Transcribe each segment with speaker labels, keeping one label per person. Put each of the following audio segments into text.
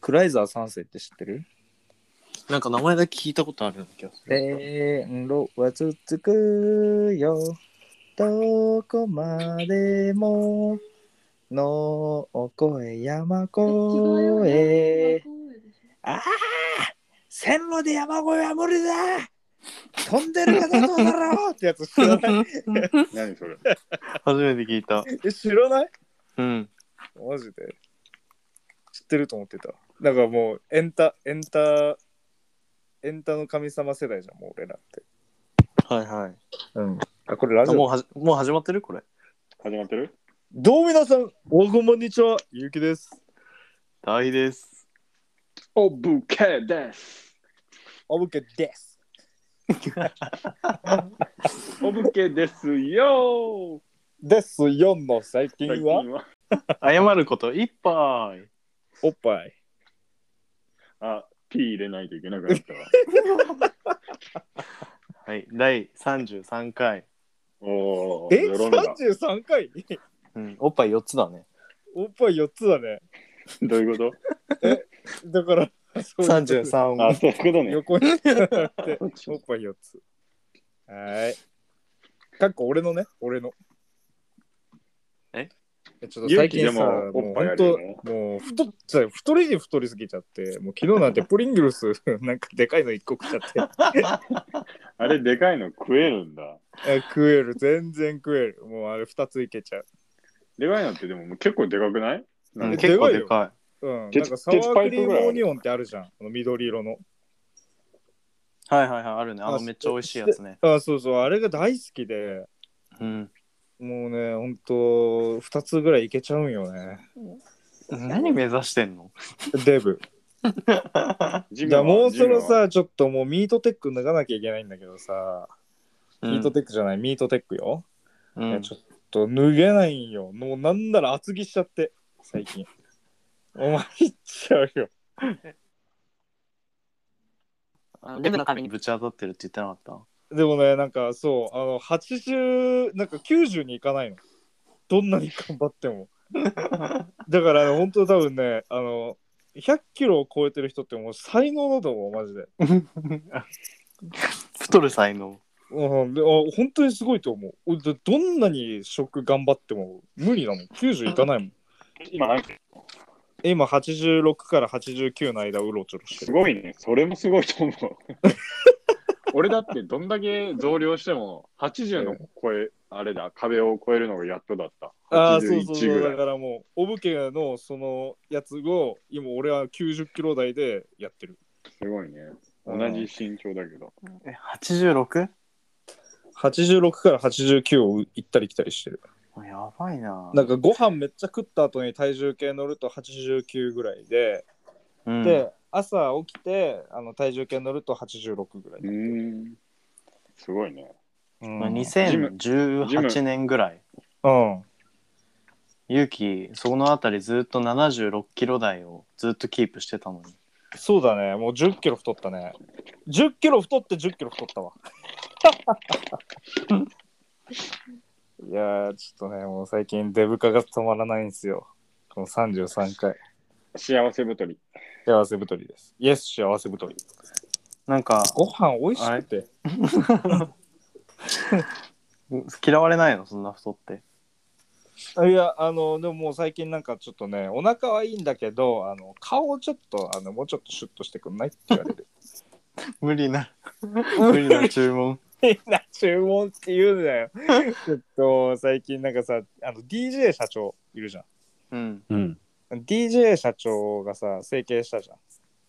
Speaker 1: クライザー3世って知ってる
Speaker 2: なんか名前だけ聞いたことあるような気がする。
Speaker 1: 線路は続くよ。どこまでも。の越え山越え。ああ線路で山越えは無理だ飛んでる方どうだろうってやつ知ら ない
Speaker 3: 何それ。
Speaker 2: 初めて聞いた。
Speaker 1: え知らない
Speaker 2: うん。
Speaker 1: マジで知ってると思ってた。だからもうエンタ、エンタ、エンタの神様世代じゃん、もう俺らって。
Speaker 2: はいはい。
Speaker 1: うん。あ、これラジ
Speaker 2: あもう
Speaker 1: オ。
Speaker 2: はじもう始まってるこれ。
Speaker 3: 始まってる
Speaker 1: どうも皆さん、おはこんにちは、ゆうきです。
Speaker 2: 大変です。
Speaker 3: おぶけです。
Speaker 1: おぶけです。
Speaker 3: おぶけです よ。
Speaker 1: ですよの最近
Speaker 3: 最近
Speaker 1: は、
Speaker 3: は
Speaker 2: 謝ることいっぱい。
Speaker 1: おっぱい。
Speaker 3: あ、ピー入れないといけなくなったわ。
Speaker 2: はい。第33回。
Speaker 3: おー、
Speaker 1: え、
Speaker 3: 世論が。
Speaker 1: 33回
Speaker 2: うん。おっぱい4つだね。
Speaker 1: おっぱい4つだね。
Speaker 3: どういうこ
Speaker 1: だから、そういうこと
Speaker 3: とあ、
Speaker 2: 33。
Speaker 3: そういうことね。
Speaker 1: 横になって、おっぱい4つ。はーい。かっこ俺のね、俺の。
Speaker 2: え
Speaker 1: ちょっと最近
Speaker 3: ゆ
Speaker 1: さ、
Speaker 3: うきでも
Speaker 1: もう
Speaker 3: おっぱいあ
Speaker 1: 本
Speaker 3: る
Speaker 1: 当
Speaker 3: よね、
Speaker 1: もう太っちゃう、太りに太りすぎちゃって、もう昨日なんてプリングルス なんかでかいの1個食っちゃって。
Speaker 3: あれ、でかいの食えるんだ。
Speaker 1: え食える全然食えるもうあれ2ついけちゃう
Speaker 3: でかいのってでも結構でかくない
Speaker 2: うん、結構でか
Speaker 1: うん
Speaker 3: ケ
Speaker 1: なん
Speaker 3: ツ
Speaker 1: かサワ
Speaker 3: ケツパ
Speaker 1: ーク
Speaker 3: イプ
Speaker 1: リ
Speaker 3: ぐ
Speaker 1: ー
Speaker 3: らいある
Speaker 1: ムオニオンってあるじゃんあの緑色の
Speaker 2: い。はいはいはい。あるね。あのめっちゃ美味しいやつね。
Speaker 1: あそうそうあれが大好きで
Speaker 2: うん。
Speaker 1: もうねほんと2つぐらいいけちゃうんよね
Speaker 2: 何目指してんの
Speaker 1: デブ
Speaker 3: ジ
Speaker 1: じゃあもうそろ、
Speaker 3: ジムは
Speaker 1: さちょっともうミートテック脱がなきゃいけないんだけどさ、ミートテックじゃないミートテックよ、
Speaker 2: う
Speaker 1: いや
Speaker 2: ん
Speaker 1: ちょっと脱げないんよもうなんなら厚着しちゃって最近お前いっちゃうよ
Speaker 2: あのデブの壁にぶち当たってるって言ってなかっ
Speaker 1: でもね、なんかそう、あの、80、なんか90に行かないの。どんなに頑張って も。だから、ね、本当多分ね、あの、100キロを超えてる人ってもう才能だと思う、マジで。
Speaker 2: た太る才能。
Speaker 1: うん、であ本当にすごいと思う。俺だどんなに食頑張っても無理だもん。90いかないもん。
Speaker 3: 今なんか
Speaker 1: 今、86から89の間、うろちょろして
Speaker 3: す
Speaker 1: る。
Speaker 3: ごいね。それもすごいと思う。俺だってどんだけ増量しても80の声、あれだ、壁を越えるのがやっとだった。
Speaker 1: ああ、そうそう
Speaker 3: 81
Speaker 1: そ
Speaker 3: ぐ
Speaker 1: う。
Speaker 3: らい
Speaker 1: だからもう、お武家のそのやつを、今俺は90キロ台でやってる。
Speaker 3: すごいね。同じ身長だけど。、
Speaker 2: え、86?
Speaker 1: 86から89を行ったり来たりしてる
Speaker 2: やばいな。
Speaker 1: なんかご飯めっちゃ食った後に体重計乗ると89ぐらいで、
Speaker 2: うん、
Speaker 1: で朝起きてあの体重計乗ると86ぐらいう
Speaker 3: ーん。すごいね。
Speaker 1: うん
Speaker 2: まあ
Speaker 3: ジム
Speaker 2: 2018年ぐらい。
Speaker 1: うん
Speaker 2: ゆうき、そのあたりずっと76キロ台をずっとキープしてたのに。
Speaker 1: そうだねもう1 0キロ太ったね1 0キロ太って1 0キロ太ったわいやーちょっとねもう最近デブ化が止まらないんですよこの33回
Speaker 3: 幸せ太り。
Speaker 1: 幸せ太りですイエス幸せ太り
Speaker 2: なんか、
Speaker 1: ご飯美味しくて
Speaker 2: 嫌われないのそんな太って。
Speaker 1: あいやあのでももう最近なんかちょっとねお腹はいいんだけどあの顔をちょっとあのもうちょっとシュッとしてくんないって言われる
Speaker 2: 無理 な、無理な注文。
Speaker 1: みん な注文って言うんだよちょっと最近なんかさあの DJ 社長いるじゃ
Speaker 2: うん。
Speaker 3: うん。
Speaker 1: ん DJ 社長がさ整形したじゃん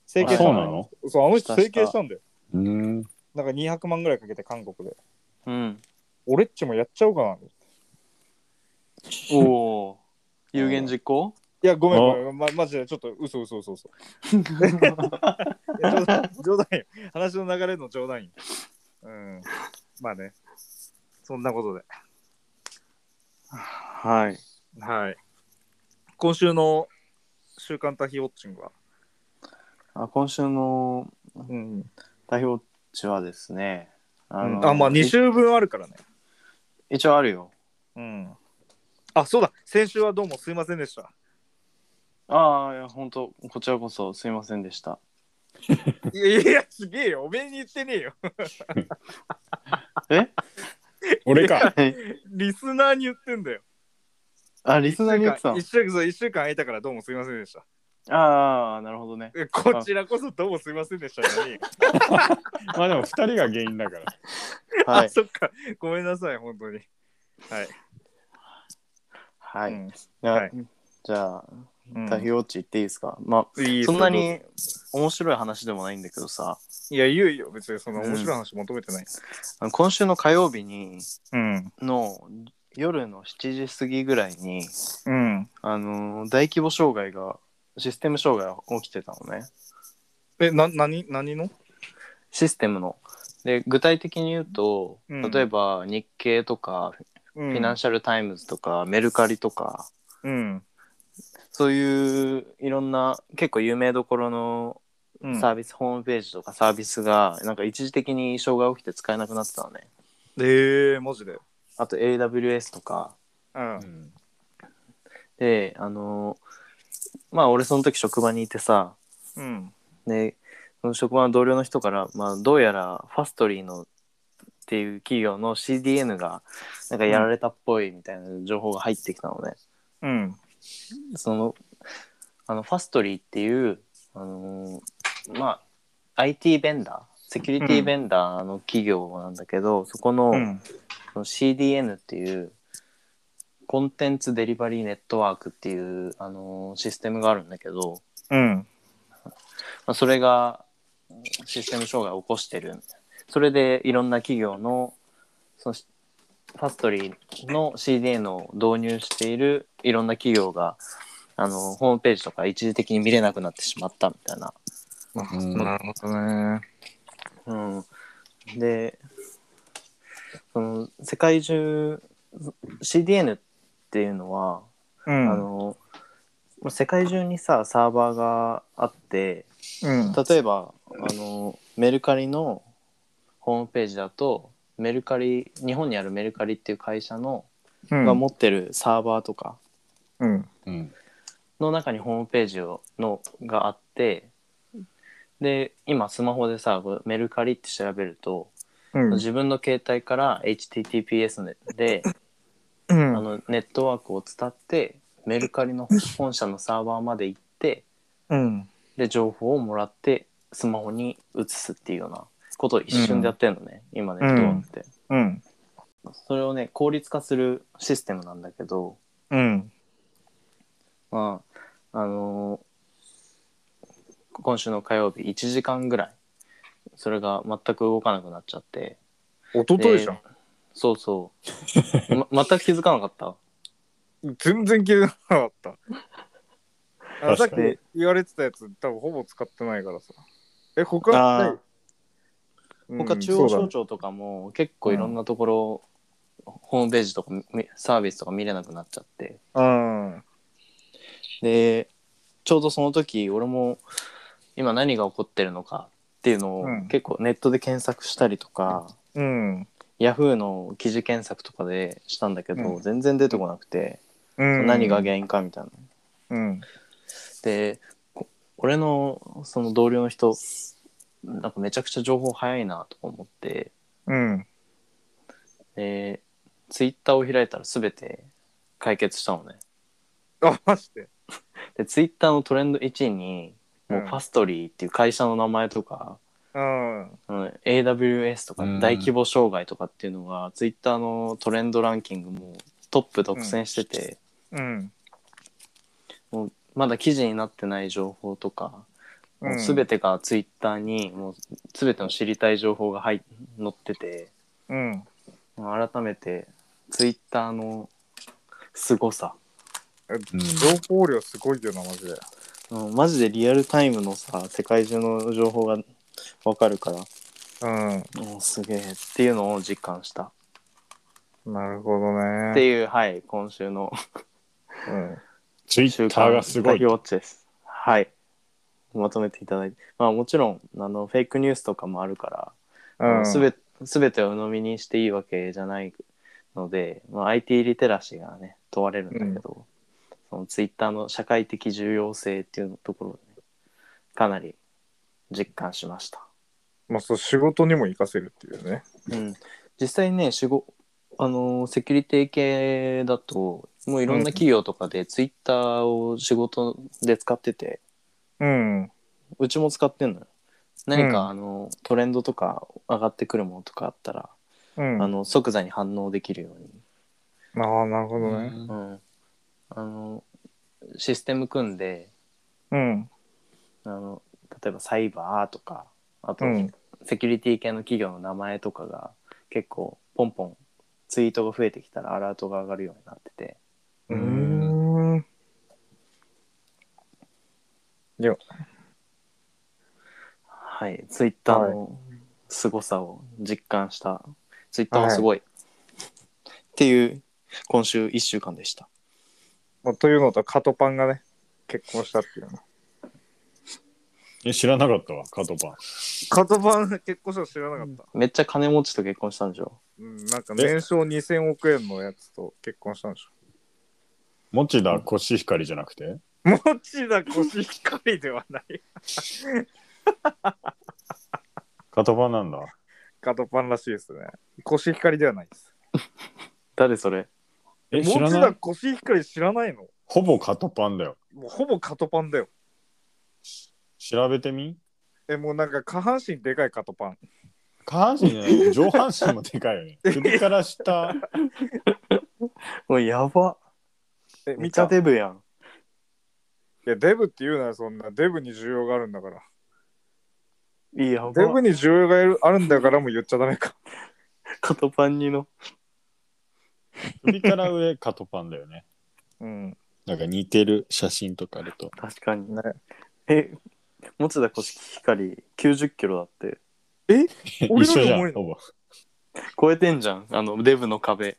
Speaker 1: 整形した
Speaker 3: そう
Speaker 1: の
Speaker 3: なの
Speaker 1: そうあの人整形したんだよ
Speaker 3: うん。
Speaker 1: なんか200万ぐらいかけて韓国で
Speaker 2: うん。
Speaker 1: 俺っちもやっちゃおうかない
Speaker 2: おお。有言実行
Speaker 1: やごめんごめん、ま、マジでちょっと嘘嘘嘘嘘いや冗談 冗談よ。話の流れの冗談よ。うん。まあね。そんなことで。
Speaker 2: はい。
Speaker 1: はい。今週の週刊タヒウォッチングは。
Speaker 2: あ今週の
Speaker 1: うん。
Speaker 2: 代表地はですね、あの
Speaker 1: あ、まあ2週分あるからね。
Speaker 2: 一応あるよ。
Speaker 1: うん。あ、そうだ。先週はどうもすいませんでした。
Speaker 2: ああ、いや、本当こちらこそすいませんでした。
Speaker 4: いやいや、すげえよ。おめえに言ってねえよ。
Speaker 2: え
Speaker 3: 俺か。
Speaker 4: リスナーに言ってんだよ。
Speaker 2: あ、リスナーに言ってたの
Speaker 4: 一週間そう一週間空いたからどうもすいませんでした。
Speaker 2: ああ、なるほどね。
Speaker 4: えこちらこそどうもすいませんでしたのに。
Speaker 3: まあでも2人が原因だから。
Speaker 2: は
Speaker 4: あ、
Speaker 2: い。
Speaker 4: そっか。ごめんなさい、本当に。はい。
Speaker 2: は
Speaker 4: う
Speaker 2: い。
Speaker 4: ん
Speaker 2: はいじゃあ、
Speaker 4: うん
Speaker 2: 太平洋地行っていいですか、まあ、
Speaker 4: いいっす
Speaker 2: そ
Speaker 4: よ
Speaker 2: んなに面白い話でもないんだけどさ、
Speaker 4: いや、いよいよ、別にそんな面白い話求めてない。
Speaker 2: あの今週の火曜日に、
Speaker 4: うん。
Speaker 2: の夜の7時過ぎぐらいに、
Speaker 4: うん。
Speaker 2: あのー大規模障害が、システム障害が起きてたのね。
Speaker 4: え、な、なに、何の
Speaker 2: システムの。で、具体的に言うと、
Speaker 4: うん
Speaker 2: 例えば日経とか、フ
Speaker 4: フ
Speaker 2: ィナンシャルタイムズとか、メルカリとか、
Speaker 4: うん。
Speaker 2: そういういろんな結構有名どころの
Speaker 4: うん
Speaker 2: サービス、ホームページとかサービスがなんか一時的に障害起きて使えなくなってたのね。
Speaker 4: えー、マジで。
Speaker 2: あと AWS とか。
Speaker 4: うん。
Speaker 2: で、あのーまあ俺その時職場にいてさ、
Speaker 4: うん。
Speaker 2: で、その職場の同僚の人から、まあどうやらファストリーのっていう企業の CDN がなんかやられたっぽいみたいな情報が入ってきたのね。
Speaker 4: うん。
Speaker 2: そのあのファストリーっていう、あのーまあ IT ベンダーセキュリティベンダーの企業なんだけど、そこの,、
Speaker 4: うん。
Speaker 2: その CDN っていうコンテンツデリバリーネットワークっていう、あのーシステムがあるんだけど、
Speaker 4: うん。
Speaker 2: まあ、それがシステム障害を起こしてるそれでいろんな企業のそのファストリーの CDN を導入しているいろんな企業があのホームページとか一時的に見れなくなってしまったみたいな。
Speaker 3: うん
Speaker 4: なるほどね。
Speaker 2: うん、でその世界中 CDN っていうのは、
Speaker 4: うん。
Speaker 2: あのまあ世界中にさサーバーがあって
Speaker 4: うん。
Speaker 2: 例えばあのメルカリのホームページだとメルカリ日本にあるメルカリっていう会社の、
Speaker 4: うん
Speaker 2: が持ってるサーバーとか
Speaker 4: うん。
Speaker 3: うん。
Speaker 2: の中にホームページをのがあってで今スマホでさこうメルカリって調べると、
Speaker 4: うん。
Speaker 2: 自分の携帯から HTTPS で、
Speaker 4: うん
Speaker 2: あのネットワークを伝ってメルカリの本社のサーバーまで行って
Speaker 4: うん。
Speaker 2: で情報をもらってスマホに移すっていうようなことを一瞬でやってるのね、今ネットワークって、
Speaker 4: うん。
Speaker 2: それをね効率化するシステムなんだけど
Speaker 4: うん。
Speaker 2: まああのー今週の火曜日1時間ぐらいそれが全く動かなくなっちゃって
Speaker 5: 一昨日じゃん。
Speaker 2: そう そう、ま、全く気づかなかった
Speaker 4: 全然気づかなか った。あのさっ
Speaker 3: 確
Speaker 4: き
Speaker 3: か
Speaker 2: に
Speaker 4: 言われてたやつ、多分ほぼ使ってないからさ。え、他な
Speaker 2: あ
Speaker 4: い
Speaker 2: ー
Speaker 4: うん
Speaker 2: 他中央
Speaker 4: そう
Speaker 2: 省
Speaker 4: だね
Speaker 2: 庁とかも結構いろんなところ、ホームページとかみサービスとか見れなくなっちゃって
Speaker 4: うん。
Speaker 2: でちょうどその時俺も今何が起こってるのかっていうのを
Speaker 4: うん
Speaker 2: 結構ネットで検索したりとか、
Speaker 4: うん。
Speaker 2: ヤフーの記事検索とかでしたんだけど、
Speaker 4: う
Speaker 2: 全然出てこなくて、
Speaker 4: うん。
Speaker 2: 何が原因かみたいな。
Speaker 4: うん。
Speaker 2: でこ俺のその同僚の人なんかめちゃくちゃ情報早いなとか思って
Speaker 4: うん。
Speaker 2: でツイッターを開いたら全て解決したのね。
Speaker 4: あ、マジで。
Speaker 2: でツイッターのトレンド1位にもううんファストリーっていう会社の名前とか、
Speaker 4: うん。
Speaker 2: うん AWS とか
Speaker 3: うん
Speaker 2: 大規模障害とかっていうのが、ツイッターのトレンドランキングもトップ独占してて、
Speaker 4: うん。
Speaker 2: もうまだ記事になってない情報とか、もう
Speaker 4: て
Speaker 2: 全てがツイッターにもう全ての知りたい情報が入っ載ってて
Speaker 4: うん。
Speaker 2: 改めてツイッターの凄さ、
Speaker 4: 情報量すごいよな、マジで。
Speaker 2: うん、マジでリアルタイムのさ世界中の情報がわかるから
Speaker 4: う
Speaker 2: もうすげえっていうのを実感したっ
Speaker 4: ん。なるほどね。
Speaker 2: ていう、はい今週の
Speaker 4: うん。
Speaker 3: ツイッターがすご
Speaker 2: タキ
Speaker 3: い。
Speaker 2: ウォッチですはいまとめていただいてまあもちろんあのフェイクニュースとかもあるから
Speaker 4: うん。
Speaker 2: すべすべてを鵜呑みにしていいわけじゃないので、まあ、IT リテラシーがね問われるんだけど、そのツイッターの社会的重要性っていうところをね、かなり実感しました。
Speaker 1: まあ、そう仕事にも活かせるっていうね。
Speaker 2: うん、実際ね仕事あのセキュリティ系だともういろんな企業とかでツイッターを仕事で使ってて
Speaker 1: うん。
Speaker 2: うちも使ってんのよ何か、
Speaker 1: うん
Speaker 2: あのトレンドとか上がってくるものとかあったら、
Speaker 1: うん。
Speaker 2: あ
Speaker 1: あ
Speaker 2: の即座に反応できるように、
Speaker 1: あ、なるほどね。
Speaker 5: う
Speaker 2: うん、あのシステム組んで
Speaker 1: うん。
Speaker 2: あの例えばサイバーとかあと、
Speaker 1: うん。
Speaker 2: セキュリティ系の企業の名前とかが結構ポンポンツイートが増えてきたらアラートが上がるようになってて
Speaker 1: うーん。
Speaker 2: はい、ツイッターの凄さを実感した、ツイッターはすごい、っていう今週1週間でした
Speaker 1: まあ、というのと、カトパンがね、結婚したっていうの。
Speaker 3: え、知らなかったわ、カトパン。
Speaker 1: カトパン結婚したの知らなかった。
Speaker 2: めっちゃ金持ちと結婚したんでしょ
Speaker 1: うん、なんか年商2000億円のやつと結婚したんでしょ。
Speaker 3: 持田コシヒカリじゃなくて
Speaker 1: 持田コシヒカリではない。
Speaker 3: カトパンなんだ。
Speaker 1: カトパンらしいですね。コシヒカリではないです。
Speaker 2: 誰それ
Speaker 3: え、知
Speaker 1: 持
Speaker 3: らな
Speaker 1: 田
Speaker 3: い
Speaker 1: コシヒカリ知らないの
Speaker 3: ほぼカトパンだよ。
Speaker 1: もうほぼカトパンだよ。
Speaker 3: 調べてみ
Speaker 1: え、もうなんか下半身でかいカトパン。
Speaker 3: 下半身じゃ ない上半身もでかいよね。首から下。
Speaker 2: おいやば
Speaker 1: え、
Speaker 2: 見
Speaker 1: 見
Speaker 2: た
Speaker 1: た
Speaker 2: デブやん
Speaker 1: いや、デブって言うなよ、そんな。デブに需要があるんだから。
Speaker 2: いいやば
Speaker 1: デブに需要があるんだからも言っちゃダメか。
Speaker 2: カトパンニの
Speaker 3: 首から上カトパンだよね。
Speaker 1: うん。
Speaker 3: なんか似てる写真とかあると。
Speaker 2: 確かに
Speaker 1: ね
Speaker 2: え持田コシヒカリ90キロだって
Speaker 1: 俺
Speaker 3: 一
Speaker 1: の方
Speaker 3: 緒じ
Speaker 1: が
Speaker 3: ゃ
Speaker 1: 重い
Speaker 3: ん、
Speaker 1: の
Speaker 3: ほぼ。
Speaker 2: 超えてんじゃんあのデブの壁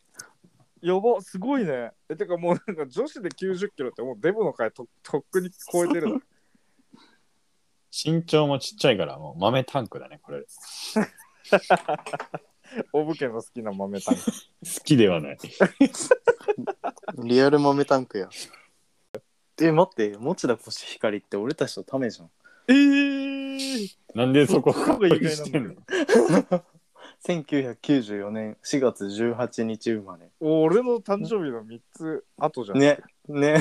Speaker 1: やば、すごいね。え、てかもうなんか女子で90キロってもうデブの回ととっくに超えてるの。
Speaker 3: 身長もちっちゃいから、もう豆タンクだね、これ。好
Speaker 1: オブケの好きな豆タンク。
Speaker 3: きではない。
Speaker 2: リアル豆タンクやえ待って持田コシヒカリって俺たちとタメじゃん
Speaker 1: えー、
Speaker 3: なんでそこカ
Speaker 1: そ
Speaker 3: ッ
Speaker 1: こが
Speaker 3: プ
Speaker 1: 意外
Speaker 3: に
Speaker 1: な
Speaker 3: し
Speaker 1: ん
Speaker 3: て
Speaker 1: だ
Speaker 3: んの
Speaker 1: よ
Speaker 2: 1994年4月18日生まれ
Speaker 1: 俺の誕生日の3つ後じゃん。
Speaker 2: ねね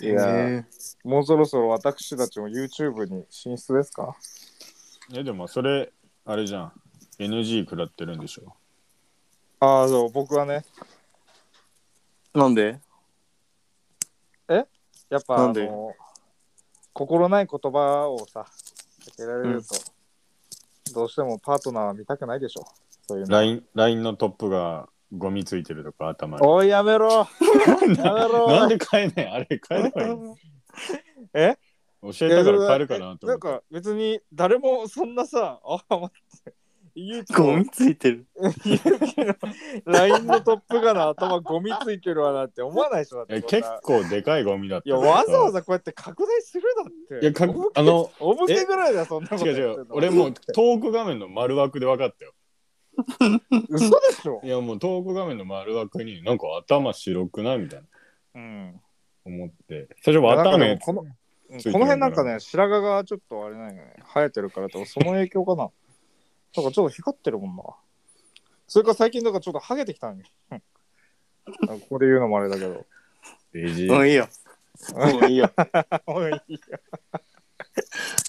Speaker 1: いやーもうそろそろ私たちも YouTube に進出ですか
Speaker 3: え、でもそれ、あれじゃん。NG 食らってるんでしょ。
Speaker 1: ああ、そう、僕はね、
Speaker 2: なんで
Speaker 1: やっぱ、
Speaker 2: な
Speaker 1: あ
Speaker 2: んで
Speaker 1: の、心ない言葉をさ、かけられると、どうしてもパートナーは見たくないでしょ。そういうの。
Speaker 3: LINE, LINE のトップがゴミついてるとか頭に。
Speaker 1: おい、やめろやめ ろ
Speaker 3: なんで変えないあれ変えればいいの
Speaker 1: え
Speaker 3: 教えたから変えるか
Speaker 1: な
Speaker 3: なと思っ
Speaker 1: ん
Speaker 3: て。
Speaker 1: か別に誰もそんなさ、あ、待って、ゆうき
Speaker 2: ゴ
Speaker 1: の
Speaker 2: ミついてる
Speaker 1: LINE のトップガンの頭ゴミついてるわなって思わないでしょ。だって
Speaker 3: え
Speaker 1: そん
Speaker 3: 結
Speaker 1: な
Speaker 3: 構でかいゴミだった
Speaker 1: い
Speaker 3: よ。
Speaker 1: や、わざわざこうやって拡大するだって。
Speaker 3: いやか
Speaker 1: お武家
Speaker 3: あの、
Speaker 1: お武家ぐらいだよ、そんなこと
Speaker 3: 違う
Speaker 1: やってんの。
Speaker 3: 違う。俺もうトーク画面の丸枠で分かったよ。
Speaker 1: 嘘でしょ
Speaker 3: い。やもうトーク画面の丸枠になんか頭白くないみたい
Speaker 1: う
Speaker 3: な
Speaker 1: ん。
Speaker 3: 思って。最初
Speaker 1: なんか
Speaker 3: 頭
Speaker 1: で
Speaker 3: に
Speaker 1: もこのうん
Speaker 3: ついて
Speaker 1: こ
Speaker 3: る
Speaker 1: の辺なんかね、白髪がちょっとあれないね、生えてるからと、その影響かな。なんかちょっと光ってるもんな。それから最近なんかちょっとハゲてきたん よ。ここで言うのもあれだけ ど。
Speaker 3: デジ
Speaker 2: もういいよもういいよ
Speaker 1: おいいや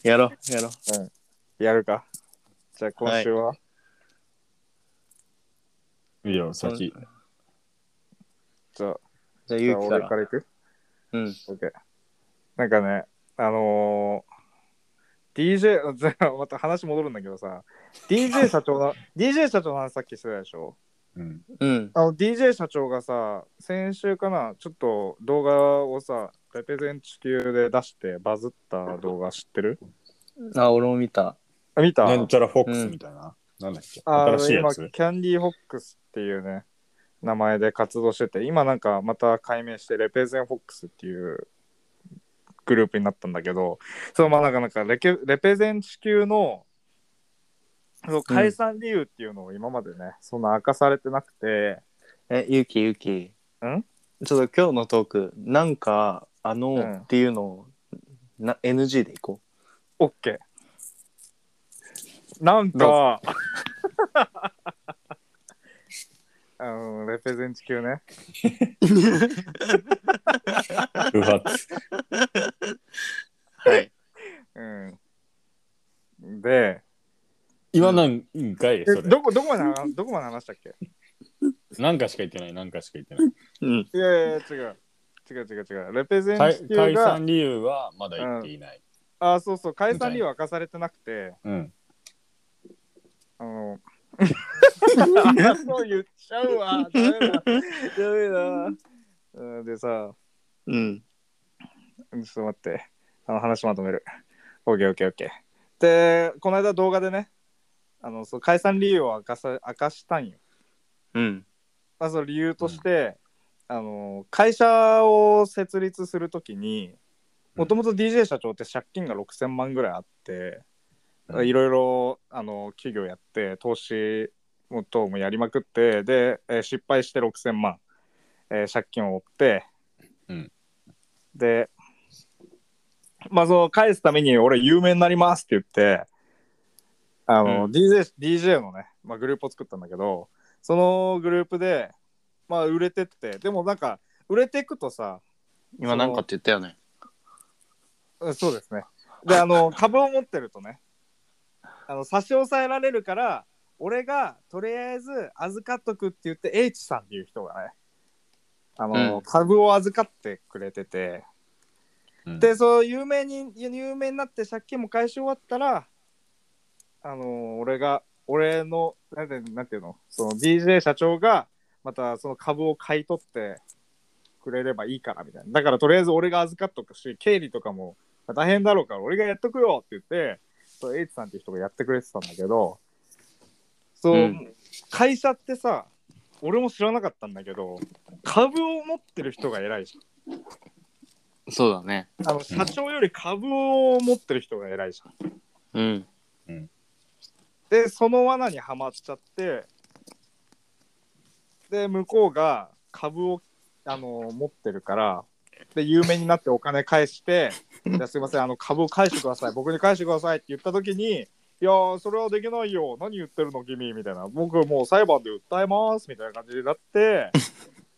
Speaker 2: やろうやろう
Speaker 1: やるか。じゃあ今週は、
Speaker 3: いいよ、先。
Speaker 1: じゃあ、
Speaker 2: じゃあ
Speaker 1: じ
Speaker 2: ゆ
Speaker 1: ゃあ
Speaker 2: うきか
Speaker 1: 俺
Speaker 2: ら
Speaker 1: からいく
Speaker 2: うん
Speaker 1: オッケー。なんかね、あのー、DJ、じゃ あまた話戻るんだけどさ、DJ 社長の、DJ 社長の話さっきしてたでしょ
Speaker 3: うん。
Speaker 2: うん
Speaker 1: あの DJ 社長がさ先週かなちょっと動画をさレペゼン地球で出してバズった動画知ってる
Speaker 2: あ俺も見た
Speaker 1: あ見た
Speaker 3: なんちゃらフォックスみたいな。なんだっけ
Speaker 1: あの
Speaker 3: 新しいや
Speaker 1: 今
Speaker 3: つ。
Speaker 1: キャンディーホックスっていうね名前で活動してて今なんかまた改名してレペゼンフォックスっていうグループになったんだけどそのまあなんかなんかレケレペゼン地球のその解散理由っていうのを今までね、そんな明かされてなくて
Speaker 2: え、ゆきゆき。んちょっと今日のトーク、なんか、あの、
Speaker 1: うん
Speaker 2: っていうのを、な、NG でいこ
Speaker 1: オッケー。なんか、 あの、レペゼン地球ね。
Speaker 3: 不発。
Speaker 2: う。はい。
Speaker 1: うん。で、
Speaker 3: 今なんかい、そ
Speaker 1: え
Speaker 3: れ。
Speaker 1: どこ、どこまで話、どこまで話したっけ
Speaker 3: なんかしか言ってない、なんかしか言ってない。
Speaker 2: うん。
Speaker 1: いやいや、違う。違う違う違う。レペゼン
Speaker 3: かい
Speaker 1: 地球
Speaker 3: 解
Speaker 1: が、
Speaker 3: 散理由はまだ言っていない。
Speaker 1: あ、そうそう、解散理由は明かされてなくて、
Speaker 3: うん。
Speaker 1: あ の、そう言っちゃうわ。ダメだ。ダメだうん。でさ、
Speaker 2: うん。
Speaker 1: ちょっと待って。あの話まとめる。オッケーオッケーオッケー。で、この間動画でね、あのそう解散理由を明かさ明かしたんよ。
Speaker 2: うん。
Speaker 1: まあ、その理由として、あの会社を設立するときに、もともと DJ 社長って借金が6000万ぐらいあって、
Speaker 3: うん
Speaker 1: いろいろあの企業やって、投資も等もやりまくって、で、えー失敗して6000万、えー借金を負って、
Speaker 3: うん
Speaker 1: で、まあ、その返すために俺有名になりますって言って、あの、
Speaker 2: うん
Speaker 1: DJ, DJ のね、まあ、グループを作ったんだけど、そのグループで、まあ、売れてって、でもなんか、売れていくとさ、
Speaker 2: 今なんかって言ったよね。
Speaker 1: うんそうですね。で、あ の、株を持ってるとね、あの差し押さえられるから、俺がとりあえず預かっとくって言って、H さんっていう人がね、あの、
Speaker 2: うん
Speaker 1: 株を預かってくれてて、
Speaker 3: うん
Speaker 1: で、そう、有名に、有名になって借金も返し終わったら、あの、俺が、俺の、なんてなんていうの、その DJ 社長が、またその株を買い取ってくれればいいからみたいな。だからとりあえず俺が預かっとくし、経理とかも大変だろうから俺がやっとくよって言って、そう、H さんっていう人がやってくれてたんだけど、そう、
Speaker 2: うん
Speaker 1: 会社ってさ、俺も知らなかったんだけど、株を持ってる人が偉いじ
Speaker 2: そうだね。
Speaker 1: ゃん。あの、社長より株を持ってる人が偉いじゃん。
Speaker 2: うん。
Speaker 1: でその罠にはまっちゃってで向こうが株をあの持ってるからで有名になってお金返 して「じゃあすいませんあの株を返してください僕に返してください」って言った時に「いやーそれはできないよ何言ってるの君」みたいな「僕もう裁判で訴えます」みたいな感じになっ て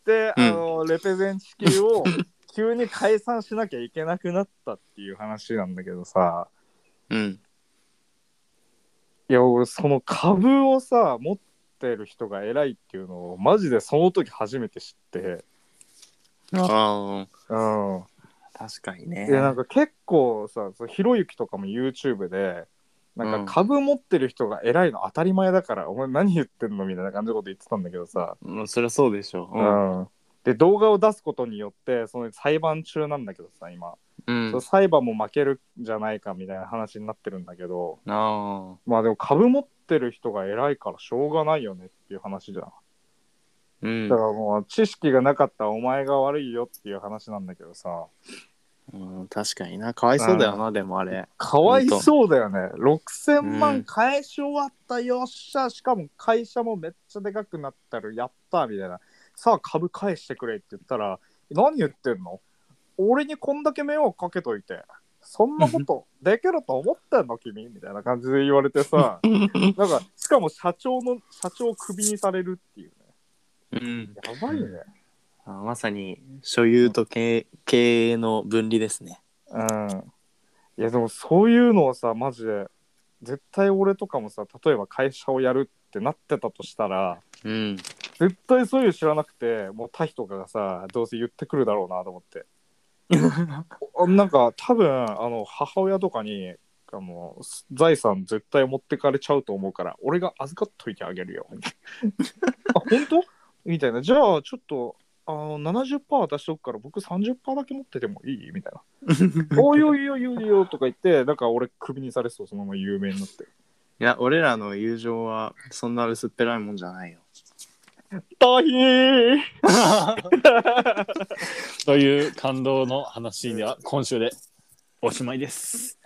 Speaker 1: で、
Speaker 2: うん
Speaker 1: あのレペゼン地球を急に解散しなきゃいけなくなったっていう話なんだけどさ。
Speaker 2: うん。
Speaker 1: いや俺その株をさ持ってる人が偉いっていうのをマジでその時初めて知って
Speaker 2: あ
Speaker 1: うん
Speaker 2: あ、確かにね
Speaker 1: いやなんか結構さそうひろゆきとかも YouTube でな
Speaker 2: うんん
Speaker 1: か株持ってる人が偉いの当たり前だから、お前何言ってんのみたいな感じのこと言ってたんだけどさ、
Speaker 2: うんそりゃそうでしょ。
Speaker 1: うんで動画を出すことによってその裁判中なんだけどさ今、
Speaker 2: うん。。
Speaker 1: そううん裁判も負けるんじゃないかみたいな話になってるんだけど
Speaker 2: あ
Speaker 1: まあでも株持ってる人が偉いからしょうがないよねっていう話じゃん
Speaker 2: あ。うん
Speaker 1: だ。からもう知識がなかったお前が悪いよっていう話なんだけどさ
Speaker 2: うん、確かにな。かわいそうだよな、でもあれ。
Speaker 1: かわいそうだよね6000
Speaker 2: う
Speaker 1: 万
Speaker 2: ん
Speaker 1: 返し終わった、よっしゃしかも会社もめっちゃでかくなったるやったーみたいなさあ株返してくれって言ったら何言ってんの俺にこんだけ迷惑かけといてそんな ことできると思ってんの君みたいな感じで言われて さなんかしかも社長の社長をクビにされるっていう
Speaker 2: うん。
Speaker 1: ねやばいね
Speaker 2: あまさに所有と経経営の分離ですね。
Speaker 1: うんいやでもそういうのをさマジで絶対俺とかもさ例えば会社をやるってなってたとしたら
Speaker 2: うん。
Speaker 1: 絶対そういうの知らなくてもうタヒとかがさどうせ言ってくるだろうなと思って おなんか多分あの母親とかにあの財産絶対持ってかれちゃうと思うから俺が預かっといてあげるよみ たいなあ本当みたいなじゃあちょっとあの70%渡しとくから僕30%だけ持っててもいいみたいな おいおいおいおいよとか言って、なんか俺、クビにされそう、そのまま有名になって。
Speaker 2: いや、俺らの友情はそんな薄っぺらいもんじゃないよ。
Speaker 1: 大変
Speaker 3: という感動の話では今週でおしまいです。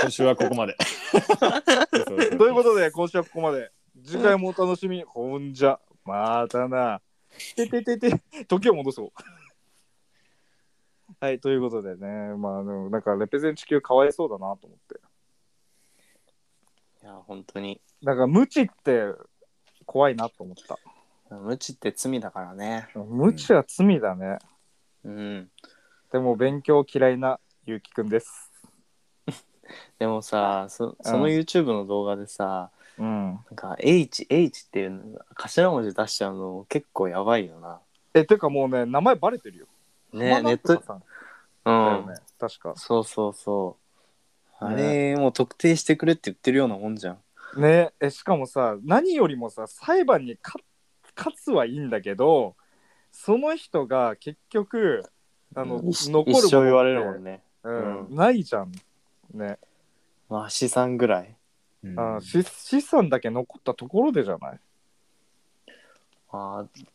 Speaker 3: 今週はここまで。
Speaker 1: ということで、今週はここまで。次回もお楽しみ。ほんじゃ、またな。てててて、時を戻そう。 はい、ということでね、まあ、でもなんか、レペゼン地球かわいそうだなと思って。
Speaker 2: いや、本当に。
Speaker 1: なんか、無知って怖いなと思った。
Speaker 2: 無知って罪だからね。
Speaker 1: 無知は罪だね。
Speaker 2: うん。
Speaker 1: でも、勉強嫌いなゆうきくんです。
Speaker 2: でもさ、そその YouTube の動画でさ、
Speaker 1: うん。
Speaker 2: なんか H、H っていう頭文字出しちゃうの結構やばいよな。
Speaker 1: え、てかもうね、名前バレてるよ。
Speaker 2: ね、ネット、
Speaker 1: さん
Speaker 2: う
Speaker 1: だよ
Speaker 2: ん。
Speaker 1: ね、確か。
Speaker 2: そうそうそう。あれ、もう特定してくれって言ってるようなもんじゃん。
Speaker 1: ねえしかもさ何よりもさ裁判に勝勝つはいいんだけどその人が結局あの、
Speaker 2: うん一
Speaker 1: 残るものって
Speaker 2: 一生言われるもんね。
Speaker 1: うん
Speaker 2: う
Speaker 1: ないじゃんね、
Speaker 2: まあ、資産ぐらい。
Speaker 1: あのし資産だけ残ったところでじゃない
Speaker 2: あー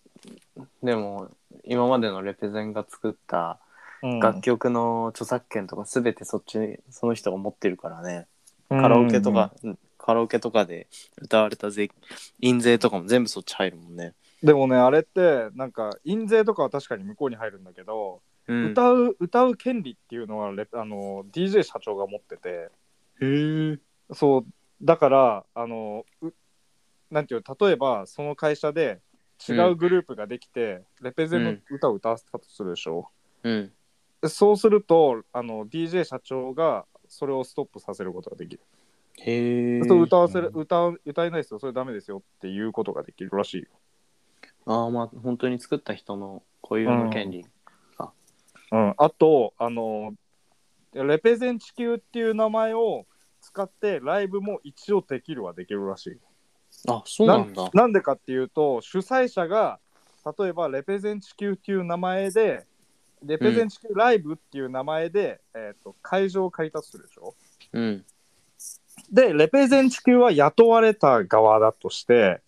Speaker 2: でも、今までのレペゼンが作った
Speaker 1: うん
Speaker 2: 楽曲の著作権とか全てそっちに、その人が持ってるからね。カラオケとか、うんカラオケとかで歌われた税印税とかも全部そっち入るもんね。
Speaker 1: でもねあれってなんか印税とかは確かに向こうに入るんだけど、
Speaker 2: うん、
Speaker 1: 歌う歌う権利っていうのはレあの DJ 社長が持ってて、
Speaker 2: へえ。
Speaker 1: そうだからあのうなんていうの例えばその会社で違うグループができて、レペゼンの歌を歌わせたとするでしょ、
Speaker 2: うん。
Speaker 1: でそうするとあの DJ 社長がそれをストップさせることができる、
Speaker 2: へえ。
Speaker 1: そう歌わせる歌う歌えないですよそれダメですよっていうことができるらしいよ、
Speaker 2: ああ、まあ、本当に作った人の固有の権利。
Speaker 1: うん、あとあのレペゼン地球っていう名前を使ってライブも一応できるはできるらしい
Speaker 2: あ、そうなんだ。
Speaker 1: なんでかっていうと主催者が例えばレペゼン地球っていう名前でレペゼン地球ライブっていう名前で、えー、と会場を開拓するでしょ
Speaker 2: うん。
Speaker 1: でレペゼン地球は雇われた側だとして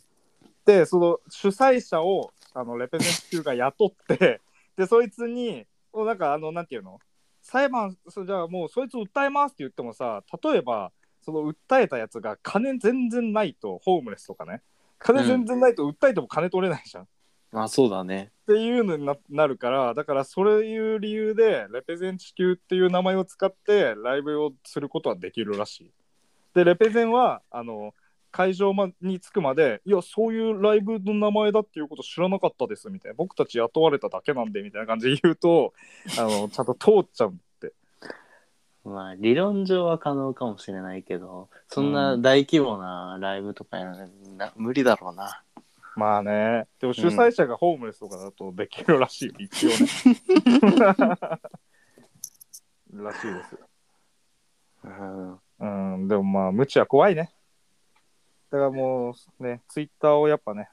Speaker 1: でその主催者をあのレペゼン地球が雇って でそいつにもうなんかあのなんていうの裁判そじゃあもうそいつ訴えますって言ってもさ例えばその訴えたやつが金全然ないとホームレスとかね金全然ないと訴えても金取れないじゃん、
Speaker 2: あ、そうだね。
Speaker 1: っていうのにななるからだからそういう理由でレペゼン地球っていう名前を使ってライブをすることはできるらしいでレペゼンはあの会場まに着くまでいやそういうライブの名前だっていうこと知らなかったですみたいな僕たち雇われただけなんでみたいな感じで言うとあのちゃんと通っちゃうって
Speaker 2: まあ、理論上は可能かもしれないけど、そんな大規模なライブとかやらな無理だろうな。
Speaker 1: まあねでも主催者がホームレスとかだとできるらしいよ一応ねらしいですよ
Speaker 2: うん。
Speaker 1: うん、でもまあ、無知は怖いね。だからもう、ね、ツイッターをやっぱね、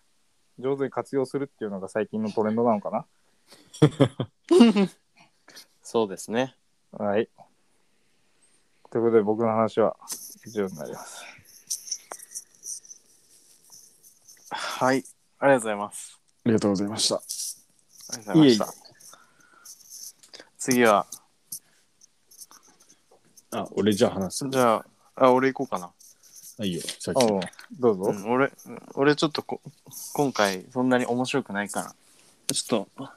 Speaker 1: 上手に活用するっていうのが最近のトレンドなのかな。
Speaker 2: そうですね。
Speaker 1: はい。ということで、僕の話は以上になります。
Speaker 2: はい。ありがとうございます。
Speaker 3: りがとうございました。
Speaker 2: ありがとうございました。次は、
Speaker 3: あ、俺じゃあ話す。
Speaker 2: じゃあ、あ俺行こうかな。
Speaker 3: あ、いいよ。さっき。
Speaker 1: おうどうぞ。
Speaker 2: うん、俺、俺ちょっとこ今回そんなに面白くないから、ちょっと、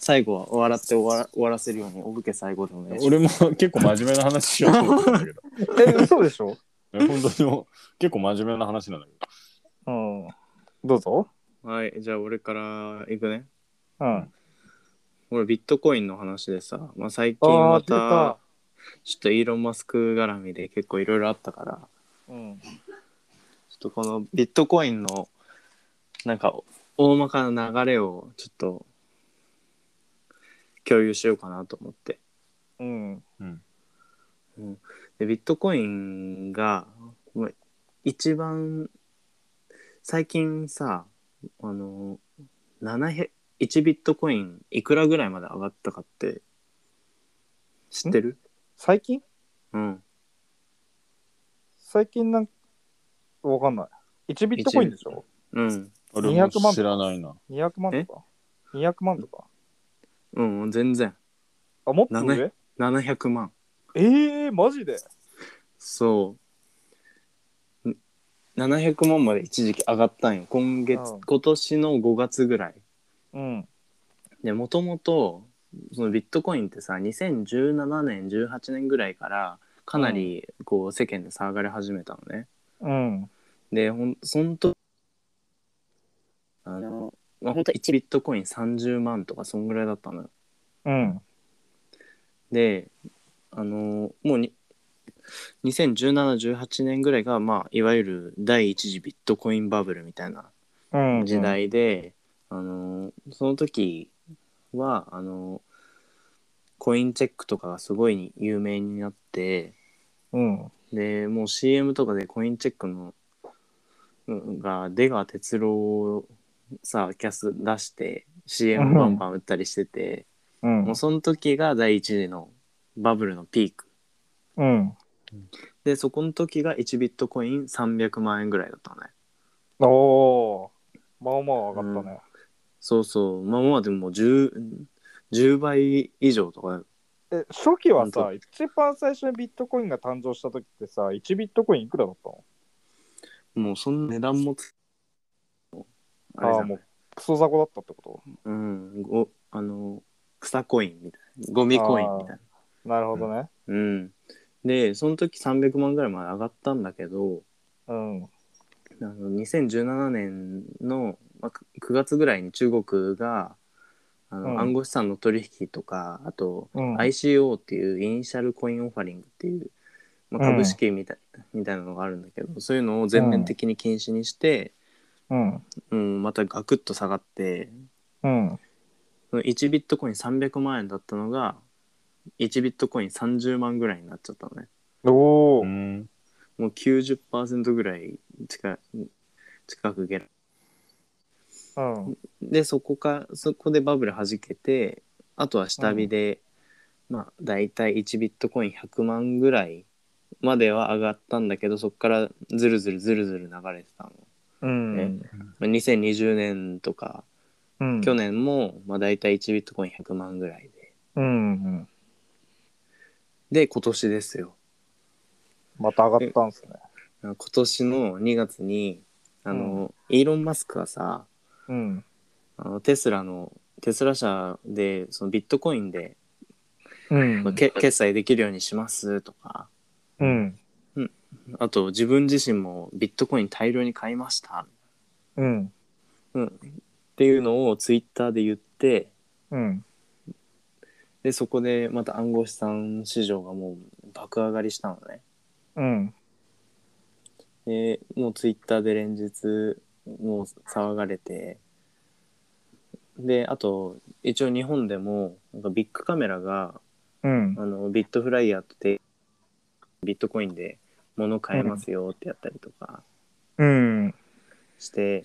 Speaker 2: 最後は笑って終わら終わらせるように、お武家最後でお願いします。
Speaker 3: 俺も結構真面目な話しようと思ったんだけど。
Speaker 1: え、嘘でしょ
Speaker 3: え本当にもう結構真面目な話なんだけど。
Speaker 1: うん。どうぞ。
Speaker 2: はい、じゃあ俺から行くね。
Speaker 1: うん。
Speaker 2: 俺、ビットコインの話でさ、まあ、最近
Speaker 1: あ
Speaker 2: ま
Speaker 1: あ、出た
Speaker 2: た、。ちょっとイーロン・マスク絡みで結構いろいろあったから、
Speaker 1: うん。
Speaker 2: ちょっとこのビットコインの、なんか、大まかな流れをちょっと、共有しようかなと思って。
Speaker 1: うん。
Speaker 2: でビットコインがまあ一番最近さあの700 1ビットコインいくらぐらいまで上がったかって知ってる
Speaker 1: 最近
Speaker 2: うん
Speaker 1: 最近なんか、わかんない。1ビットコインでしょ
Speaker 2: うん
Speaker 3: 俺
Speaker 1: 200万とか
Speaker 3: も知らないな。
Speaker 1: ?200 万とか。200万とか。
Speaker 2: うん全然
Speaker 1: あ、もっと上
Speaker 2: 700万
Speaker 1: ええー、マジで
Speaker 2: そうん700万まで一時期上がったんよ今月、
Speaker 1: うん
Speaker 2: 今年の5月ぐらい
Speaker 1: うん。
Speaker 2: でもともとそのビットコインってさ2017年18年ぐらいからかなりこう世間で騒がれ始めたのね。
Speaker 1: うん。
Speaker 2: でほんそんとあの、まあ、ほんと1ビットコイン30万とかそんぐらいだったのよ。
Speaker 1: うん。
Speaker 2: であのもうに201718年ぐらいが、まあ、いわゆる第一次ビットコインバブルみたいな
Speaker 1: うん。
Speaker 2: 時。代で、あのその時はあのコインチェックとかがすごい有名になって
Speaker 1: うん。
Speaker 2: でもう CM とかでコインチェックのうんが出川哲朗をさキャス出して CM バンバン売ったりしてて、
Speaker 1: うん
Speaker 2: もう。その時が第一次のバブルのピーク
Speaker 1: うん。
Speaker 2: でそこの時が1ビットコイン300万円ぐらいだったのね
Speaker 1: おおー。まあまあ上がったね。
Speaker 2: そうそうまあまあでももう 10, 10倍以上とか
Speaker 1: え、初期は
Speaker 2: ほ
Speaker 1: さ、一番最初にビットコインが誕生した時ってさ、1ビットコインいくらだったの
Speaker 2: もうそんな値段もつあれ
Speaker 1: ああ
Speaker 2: じゃ
Speaker 1: ー、
Speaker 2: ん
Speaker 1: もうクソ雑魚だったってこ
Speaker 2: うんごあの草コインみたいなゴミコインみたいな
Speaker 1: となるほどね。
Speaker 2: うんでその時300万ぐらいまで上がったんだけど
Speaker 1: うん。
Speaker 2: あの2017年のまあく9月ぐらいに中国があの、
Speaker 1: うん
Speaker 2: 暗号資産の取引とかあと
Speaker 1: うん。
Speaker 2: ICO っていうイニシャルコインオファリングっていう、ま
Speaker 1: う
Speaker 2: あ、
Speaker 1: ん
Speaker 2: 株式みたい,、みたいなのがあるんだけどそういうのを全面的に禁止にして、
Speaker 1: うん。
Speaker 2: うん、またガクッと下がって
Speaker 1: うん。
Speaker 2: その1ビットコイン300万円だったのが1ビットコイン30万ぐらいになっちゃったのね
Speaker 1: おお。
Speaker 3: ん。
Speaker 2: もう90%ぐらい近い近く下落
Speaker 1: うん。
Speaker 2: でそこかそこでバブル弾けてあとは下火で、まあ大体1ビットコイン100万ぐらいまでは上がったんだけどそこからずるずるずるずる流れてたの
Speaker 1: うん。
Speaker 2: まあ2020年とか、
Speaker 1: うん。
Speaker 2: 去。年も、まあ、大体1ビットコイン100万ぐらいで
Speaker 1: うん。
Speaker 2: で今年ですよ
Speaker 1: また上がったんすね。
Speaker 2: 今年の2月にあの、イーロン・マスクはさ
Speaker 1: うん。
Speaker 2: あのテスラのテスラ社でそのビットコインで、
Speaker 1: うん
Speaker 2: まあけ決済できるようにしますとか
Speaker 1: うん。
Speaker 2: あと自分自身もビットコイン大量に買いました、
Speaker 1: うん。
Speaker 2: うん、っていうのをツイッターで言って
Speaker 1: うん。
Speaker 2: でそこでまた暗号資産市場がもう爆上がりしたのね。
Speaker 1: うん。
Speaker 2: でもうツイッターで連日もう騒がれてであと一応日本でもなんかビッグカメラが
Speaker 1: うん。
Speaker 2: あのビットフライヤーってビットコインで物買えますよってやったりとか
Speaker 1: うん。
Speaker 2: して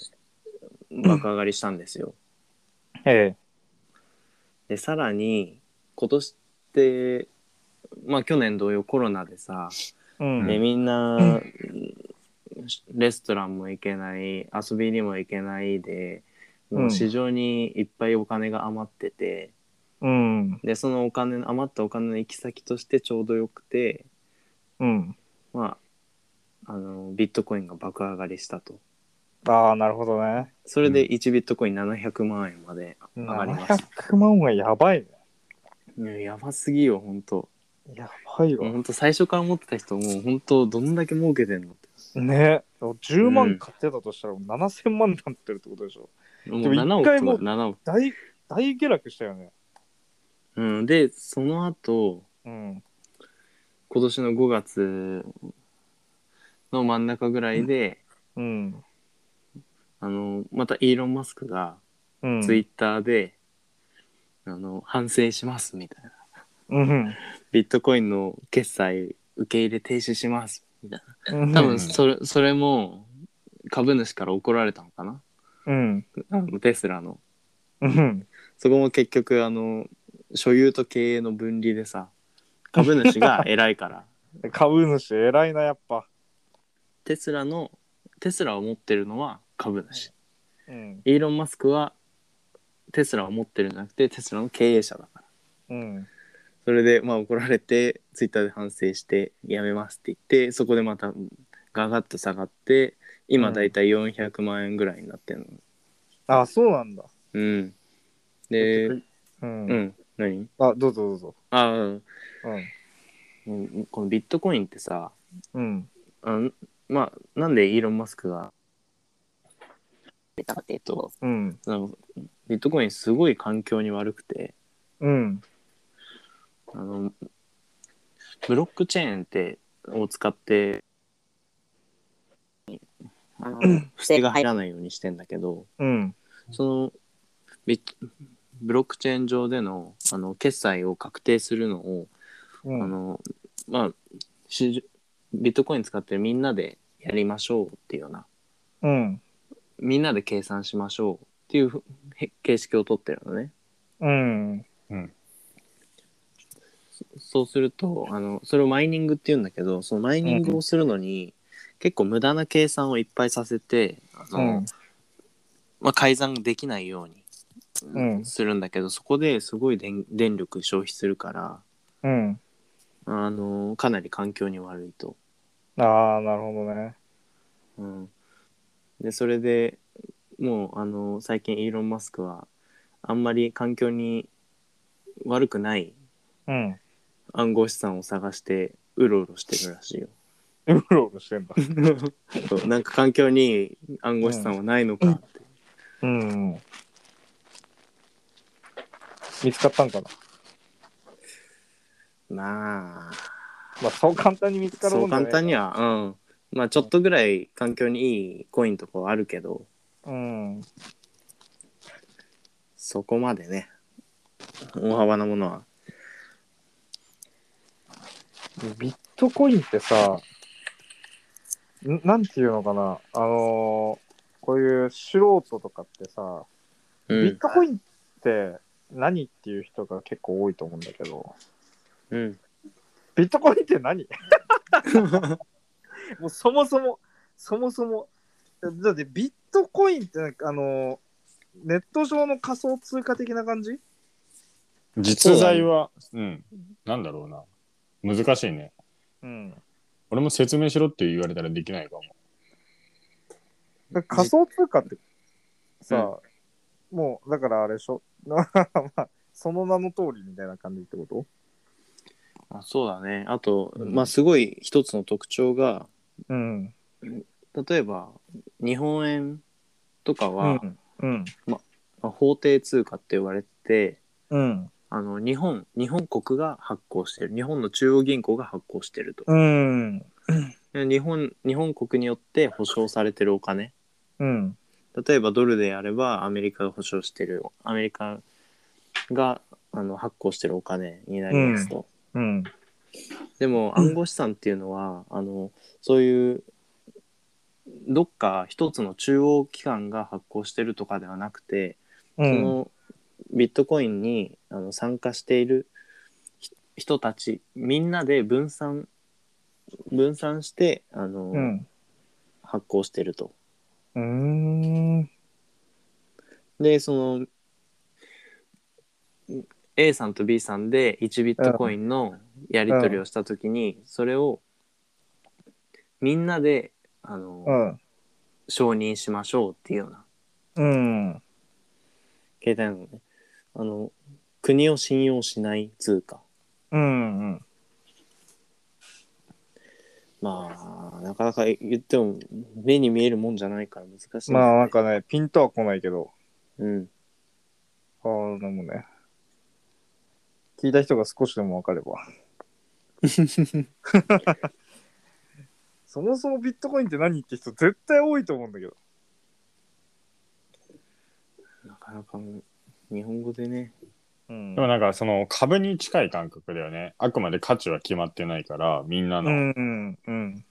Speaker 2: 爆上がりしたんですよ。
Speaker 1: ええ。
Speaker 2: でさらに今年ってまあ去年同様コロナでさ、
Speaker 1: う
Speaker 2: で
Speaker 1: ん。
Speaker 2: みんなレストランも行けない遊びにも行けないでもううん市場にいっぱいお金が余ってて、
Speaker 1: うん。
Speaker 2: でそのお金余ったお金の行き先としてちょうどよくて
Speaker 1: うん。
Speaker 2: まああのビットコインが爆上がりしたと
Speaker 1: ああ、なるほどね。
Speaker 2: それで1ビットコイン700万円まで上がりました、
Speaker 1: 700万はやばいね。
Speaker 2: うんやばすぎよ本当
Speaker 1: やばい
Speaker 2: もう
Speaker 1: わ。
Speaker 2: 本当最初から持ってた人もう本当どんだけ儲けてんのって
Speaker 1: ね。10
Speaker 2: う
Speaker 1: 万
Speaker 2: ん
Speaker 1: 買ってたとしたら7000万になってるってことでしょ。
Speaker 2: もう
Speaker 1: でも
Speaker 2: 7
Speaker 1: 一
Speaker 2: 億
Speaker 1: 回
Speaker 2: と
Speaker 1: も
Speaker 2: か7億、
Speaker 1: 大、大下落したよね。
Speaker 2: うん、でその後
Speaker 1: うん。
Speaker 2: 今年の5月の真ん中ぐらいで、
Speaker 1: うん。
Speaker 2: あのまたイーロン・マスクが
Speaker 1: うん。
Speaker 2: ツイッターで、あの反省しますみたいな
Speaker 1: うん。
Speaker 2: ビットコインの決済受け入れ停止しますみたい
Speaker 1: うん
Speaker 2: な多分それ,、それも株主から怒られたのかな
Speaker 1: うん。
Speaker 2: あのテスラの
Speaker 1: うん。
Speaker 2: そこも結局あの所有と経営の分離でさ株主 が偉いから
Speaker 1: 株主偉いな、やっぱ。
Speaker 2: テスラのテスラを持ってるのは株主
Speaker 1: うん。
Speaker 2: イーロン・マスクはテスラを持ってるんじゃなくてテスラの経営者だから
Speaker 1: うん。
Speaker 2: それでまあ怒られてツイッターで反省してやめますって言ってそこでまたうんガガッと下がって今だいたい400万円ぐらいになってるの
Speaker 1: あ、そうなんだ。
Speaker 2: うんで、
Speaker 1: うん
Speaker 2: うん、何
Speaker 1: あ、どうぞどうぞ。
Speaker 2: あ、うんうん。このビットコインってさ、
Speaker 1: うん。うん。
Speaker 2: あのまあ、なんでイーロン・マスクが出たかっていうと、
Speaker 1: うん。
Speaker 2: そのビットコインすごい環境に悪くて、
Speaker 1: うん。
Speaker 2: あの、ブロックチェーンってを使って、あの不正が入らないようにしてんだけど、
Speaker 1: うん。
Speaker 2: そのビッブロックチェーン上でのあの決済を確定するのを、
Speaker 1: う
Speaker 2: あ
Speaker 1: ん。
Speaker 2: のまあ市場ビットコイン使ってみんなでやりましょうっていうような
Speaker 1: うん。
Speaker 2: みんなで計算しましょうっていうふへ形式をとってるのね
Speaker 1: うん。
Speaker 2: そうするとあのそれをマイニングっていうんだけどそのマイニングをするのに、結構無駄な計算をいっぱいさせてあの、まあ、改ざんできないように
Speaker 1: うん
Speaker 2: するんだけど、そこですごい電電力消費するから
Speaker 1: うん。
Speaker 2: あのかなり環境に悪いと。
Speaker 1: ああ、なるほどね。
Speaker 2: うん、でそれでもうあの最近イーロン・マスクはあんまり環境に悪くない
Speaker 1: うん。
Speaker 2: 暗号資産を探してうろうろしてるらしいよ。
Speaker 1: うろうろしてんだ。
Speaker 2: そうなんか環境に暗号資産はないのかって、
Speaker 1: うん。見つかったんかな。
Speaker 2: まあ
Speaker 1: まあ、そう簡単に見つかる
Speaker 2: そ
Speaker 1: も
Speaker 2: うん
Speaker 1: じゃ
Speaker 2: 簡
Speaker 1: ない
Speaker 2: 単にはうんまあちょっとぐらい環境にいいコインとかはあるけど
Speaker 1: うん。
Speaker 2: そこまでね大幅なものは
Speaker 1: ビットコインってさ、んなんていうのかな。あのーこういう素人とかってさ、
Speaker 2: う
Speaker 1: ビッ
Speaker 2: ん
Speaker 1: トコインって何っていう人が結構多いと思うんだけど、
Speaker 2: うん
Speaker 1: ビットコインって何 もうそもそも、そもそも、だってビットコインってなんかあの、ネット上の仮想通貨的な感じ
Speaker 3: 実在は、うん、なんだろうな。難しいね。
Speaker 1: うん。
Speaker 3: 俺も説明しろって言われたらできないかも。
Speaker 1: だから仮想通貨ってさ、もうだからあれでしょ、 まあ、その名の通りみたいな感じってこと
Speaker 2: あそうだねあと、
Speaker 1: うん
Speaker 2: まあすごい一つの特徴が
Speaker 1: うん。
Speaker 2: 例えば日本円とか
Speaker 1: う
Speaker 2: は、
Speaker 1: ん。うん。
Speaker 2: まあ法定通貨って呼ばれて
Speaker 1: うん。
Speaker 2: あの日本日本国が発行してる日本の中央銀行が発行してると、
Speaker 1: うん。
Speaker 2: で日本日本国によって保証されてるお金
Speaker 1: うん。
Speaker 2: 例えばドルであればアメリカが保証してるアメリカがあの発行してるお金になりますと、
Speaker 1: うん。
Speaker 2: でも暗号資産っていうのは、あのそういうどっか一つの中央機関が発行してるとかではなくて、
Speaker 1: う
Speaker 2: そ
Speaker 1: ん。
Speaker 2: のビットコインにあの参加しているひ人たちみんなで分散分散してあの、
Speaker 1: うん。
Speaker 2: 発行してると。
Speaker 1: うん。
Speaker 2: でそのん A さんと B さんで1ビットコインのやり取りをした時に、それをみんなであの、
Speaker 1: うん。
Speaker 2: 承認しましょうっていうような
Speaker 1: うん。
Speaker 2: 携帯なのねあの国を信用しない通貨
Speaker 1: うん。
Speaker 2: まあなかなか言っても目に見えるもんじゃないから難しい、
Speaker 1: まあなんかね、ピンとは来ないけど、
Speaker 2: うん
Speaker 1: ああ、でもね、聞いた人が少しでも分かれば。そもそもビットコインって何って人絶対多いと思うんだけど。
Speaker 2: なかなかもう日本語でね
Speaker 1: うん
Speaker 3: でもなんかその株に近い感覚だよね。あくまで価値は決まってないから、みんな
Speaker 1: う
Speaker 3: の。
Speaker 1: んうんうん。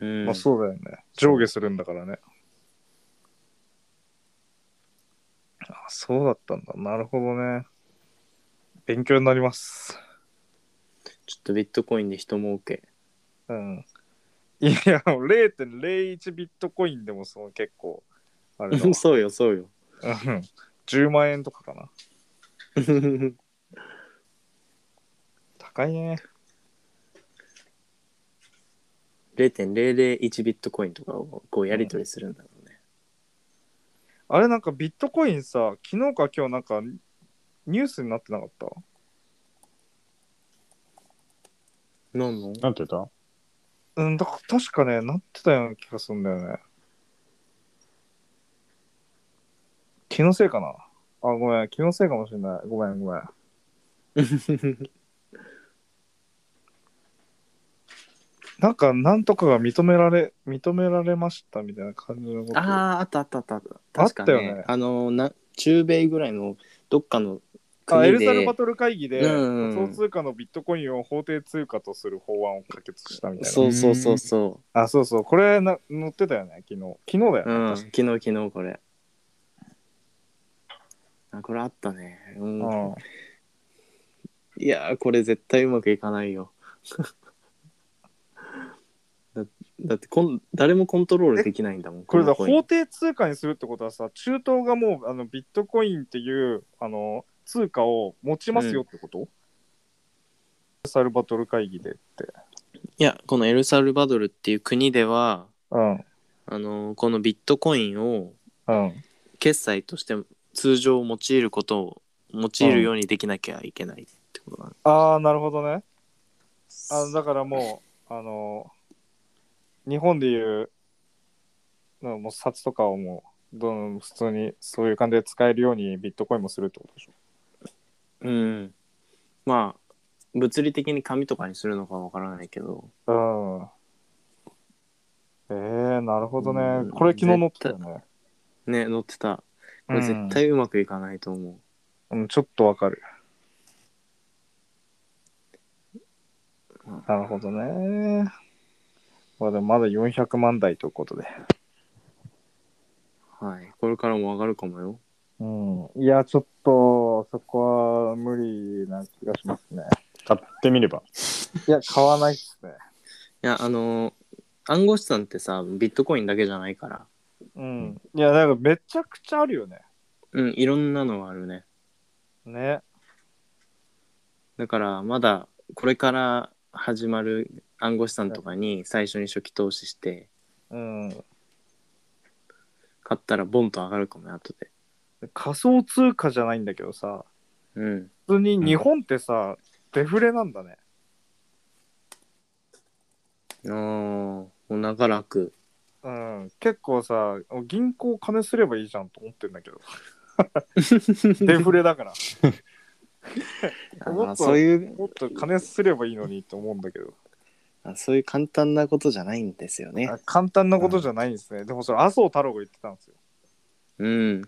Speaker 2: うん、
Speaker 1: まあそうだよね。上下するんだからね。あそうだったんだ。なるほどね。勉強になります。
Speaker 2: ちょっとビットコインで人儲 け
Speaker 1: うん。いや、0.01ビットコインでもその結構、あれだわ
Speaker 2: そうよそう よ
Speaker 1: うん10万円とかかな。高いね。
Speaker 2: 0.001ビットコインとかをこうやり取りするんだろうね、
Speaker 1: あれなんかビットコインさ、昨日か今日なんかニュースになってなかった
Speaker 2: なんの
Speaker 3: なんて言った
Speaker 1: うん、だから確かね、なってたような気がするんだよね。気のせいかなあ、ごめん、気のせいかもしれない。ごめん、ご めん。なんか、なんとかが認められ、認められましたみたいな感じのこと。
Speaker 2: ああ、あったあったあった。
Speaker 1: あっ
Speaker 2: 確
Speaker 1: た
Speaker 2: か
Speaker 1: よね
Speaker 2: ね、あのな、中米ぐらいのどっかの
Speaker 1: あエ
Speaker 2: 国
Speaker 1: ル
Speaker 2: で。
Speaker 1: サルバトル会議で、
Speaker 2: う
Speaker 1: 仮
Speaker 2: ん
Speaker 1: 想通貨のビットコインを法定通貨とする法案を可決したみたいな。
Speaker 2: そうそうそうそ
Speaker 1: あ、そうそう。これな、載ってたよね、昨日。昨日だよね。
Speaker 2: う。うん、
Speaker 1: 確
Speaker 2: 昨日昨日これ。あ、これあったね。うん。
Speaker 1: かうん
Speaker 2: いやーこれ絶対うまくいかないよ。 だだってこん誰もコントロールできないんだもん。
Speaker 1: これだ
Speaker 2: のコイン
Speaker 1: 法定通貨にするってことはさ中東がもうあのビットコインっていうあの通貨を持ちますよってこと、サルバトル会議でって
Speaker 2: いやこのエルサルバドルっていう国では
Speaker 1: うんうん
Speaker 2: あのーこのビットコインを
Speaker 1: あ
Speaker 2: 決済として通常用いることを用いるようにできなきゃいけないってことなの、
Speaker 1: あーなるほどねあのだからもうあの日本でいうのもう札とかをもうどんどん普通にそういう感じで使えるようにビットコインもするってことでしょ
Speaker 2: うんまあ物理的に紙とかにするのかわからないけど
Speaker 1: うんえー、なるほど
Speaker 2: う
Speaker 1: ね
Speaker 2: ん。
Speaker 1: これ昨日載ってたよね。
Speaker 2: ね載ってたこれ
Speaker 1: うん
Speaker 2: 絶対うまくいかないと思う、
Speaker 1: うん、ちょっとわかる
Speaker 2: うん。
Speaker 1: なるほどね。まあでもまだ400万台ということで。
Speaker 2: はいこれからも上がるかもよ
Speaker 1: うん。いや、ちょっと、そこは無理な気がしますね。
Speaker 3: 買ってみれば。
Speaker 1: いや、買わないっすね。
Speaker 2: いやあのー暗号資産ってさビットコインだけじゃないから
Speaker 1: うん。いや、だからめちゃくちゃあるよね。
Speaker 2: うんいろんなのがあるね
Speaker 1: ね。
Speaker 2: だからまだこれから始まる暗号資産とかに最初に初期投資して
Speaker 1: うん。
Speaker 2: 買ったらボンと上がるかもね後で
Speaker 1: 仮想通貨じゃないんだけどさ、
Speaker 2: うん
Speaker 1: 普通に日本ってさ、デフレなんだね。
Speaker 2: ああもう長らく
Speaker 1: うん、結構さ銀行金すればいいじゃんと思ってんだ けどデフレだから
Speaker 2: あ
Speaker 1: もっ
Speaker 2: ー
Speaker 1: と
Speaker 2: そういう
Speaker 1: もっと金すればいいのにと思うんだけど
Speaker 2: あそういう簡単なことじゃないんですよね
Speaker 1: あ簡単なことじゃないんですね、でもそれ麻生太郎が言ってたんですよ
Speaker 2: うん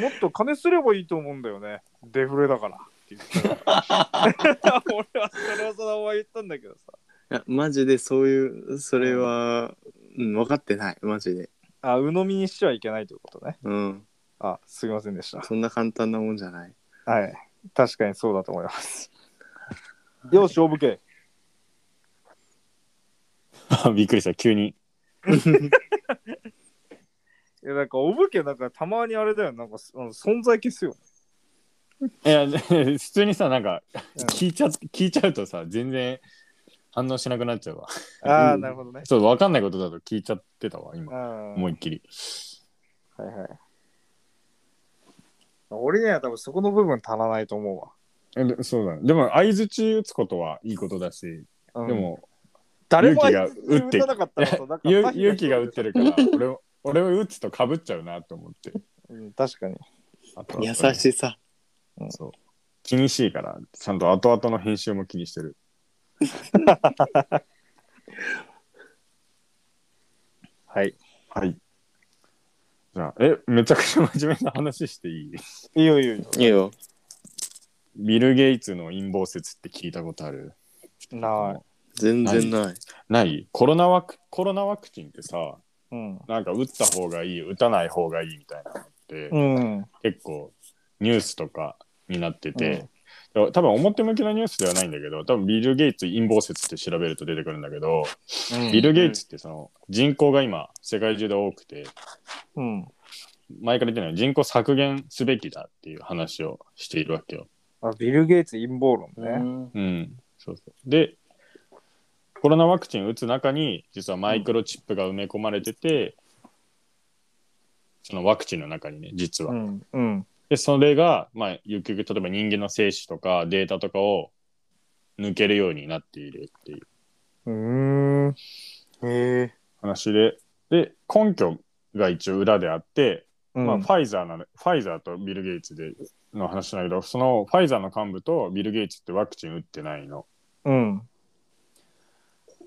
Speaker 1: もっと金すればいいと思うんだよねデフレだからって言 ってたから俺はそれはそのまま言ったんだけどさ
Speaker 2: いやマジでそういうそれは、うん、分かってないマジで
Speaker 1: あ鵜呑みにしてはいけないということね
Speaker 2: うん
Speaker 1: あすいませんでした
Speaker 2: そんな簡単なもんじゃ ない
Speaker 1: はい確かにそうだと思います よし、おぶけ。
Speaker 3: びっくりした、急に。
Speaker 1: いや、なんか、おぶけ、なんか、たまにあれだよ。なんか、あの存在消すよね
Speaker 3: いや、 普通にさ、なんか
Speaker 1: うん、
Speaker 3: 聞いちゃ、聞いちゃうとさ、全然反応しなくなっちゃうわ。
Speaker 1: ああ、
Speaker 2: うん
Speaker 1: なるほどね。
Speaker 3: そう、わかんないことだと聞いちゃってたわ、今。
Speaker 1: あ
Speaker 3: 思いっきり。
Speaker 1: あ、はいはい。俺には多分そこの部分足らないと思
Speaker 3: えでそうだね。でも、相づち打つことはいいことだし、
Speaker 1: うわ。
Speaker 3: で、も、
Speaker 1: 誰も
Speaker 3: 勇気が打って
Speaker 1: 打たなかったらさ、なんか
Speaker 3: ゆ勇気が打ってるから、俺を、俺を打つと被っちゃうなと思って。
Speaker 1: うん、確かに。
Speaker 3: 後々
Speaker 2: 優しさ
Speaker 3: そう。気にしいから、ちゃんと後々の編集も気にしてる。
Speaker 1: はい。
Speaker 3: はい。じゃあ、え、めちゃくちゃ真面目な話していい
Speaker 1: いいよいいよいいよ。
Speaker 2: いいよ
Speaker 3: ビル・ゲイツの陰謀説って聞いたことある
Speaker 1: な
Speaker 2: 全然ない
Speaker 3: ないコロナワクコロナワクチンってさ、
Speaker 1: い。うん。
Speaker 3: なんか打った方がいい、打たない方がいいみたいなのって、
Speaker 1: うん。
Speaker 3: 結構ニュースとかになってて、多分表向きのニュースではないんだけど、多分ビル・ゲイツ陰謀説って調べると出てくるんだけど、ビル・ゲイツってその人口が今世界中で多くて、
Speaker 1: うん。
Speaker 3: 前から言ってない人口削減すべきだっていう話をしているわけよ。
Speaker 1: あ、ビル・ゲイツ陰謀論
Speaker 2: う
Speaker 1: ね。
Speaker 2: ん
Speaker 3: うん、そうそうでコロナワクチン打つ中に実はマイクロチップが埋め込まれてて、そのワクチンの中にね、実は。
Speaker 1: うん。うん。
Speaker 3: で、それが、まあ、結局、例えば人間の精子とかデータとかを抜けるようになっているっていう
Speaker 1: うん。へえ。
Speaker 3: 話で、で、根拠が一応裏であって、
Speaker 1: うん
Speaker 3: まあ、ファイザーなの、ファイザーとビル・ゲイツでの話なんだけど、そのファイザーの幹部とビル・ゲイツってワクチン打ってないの。
Speaker 1: うん。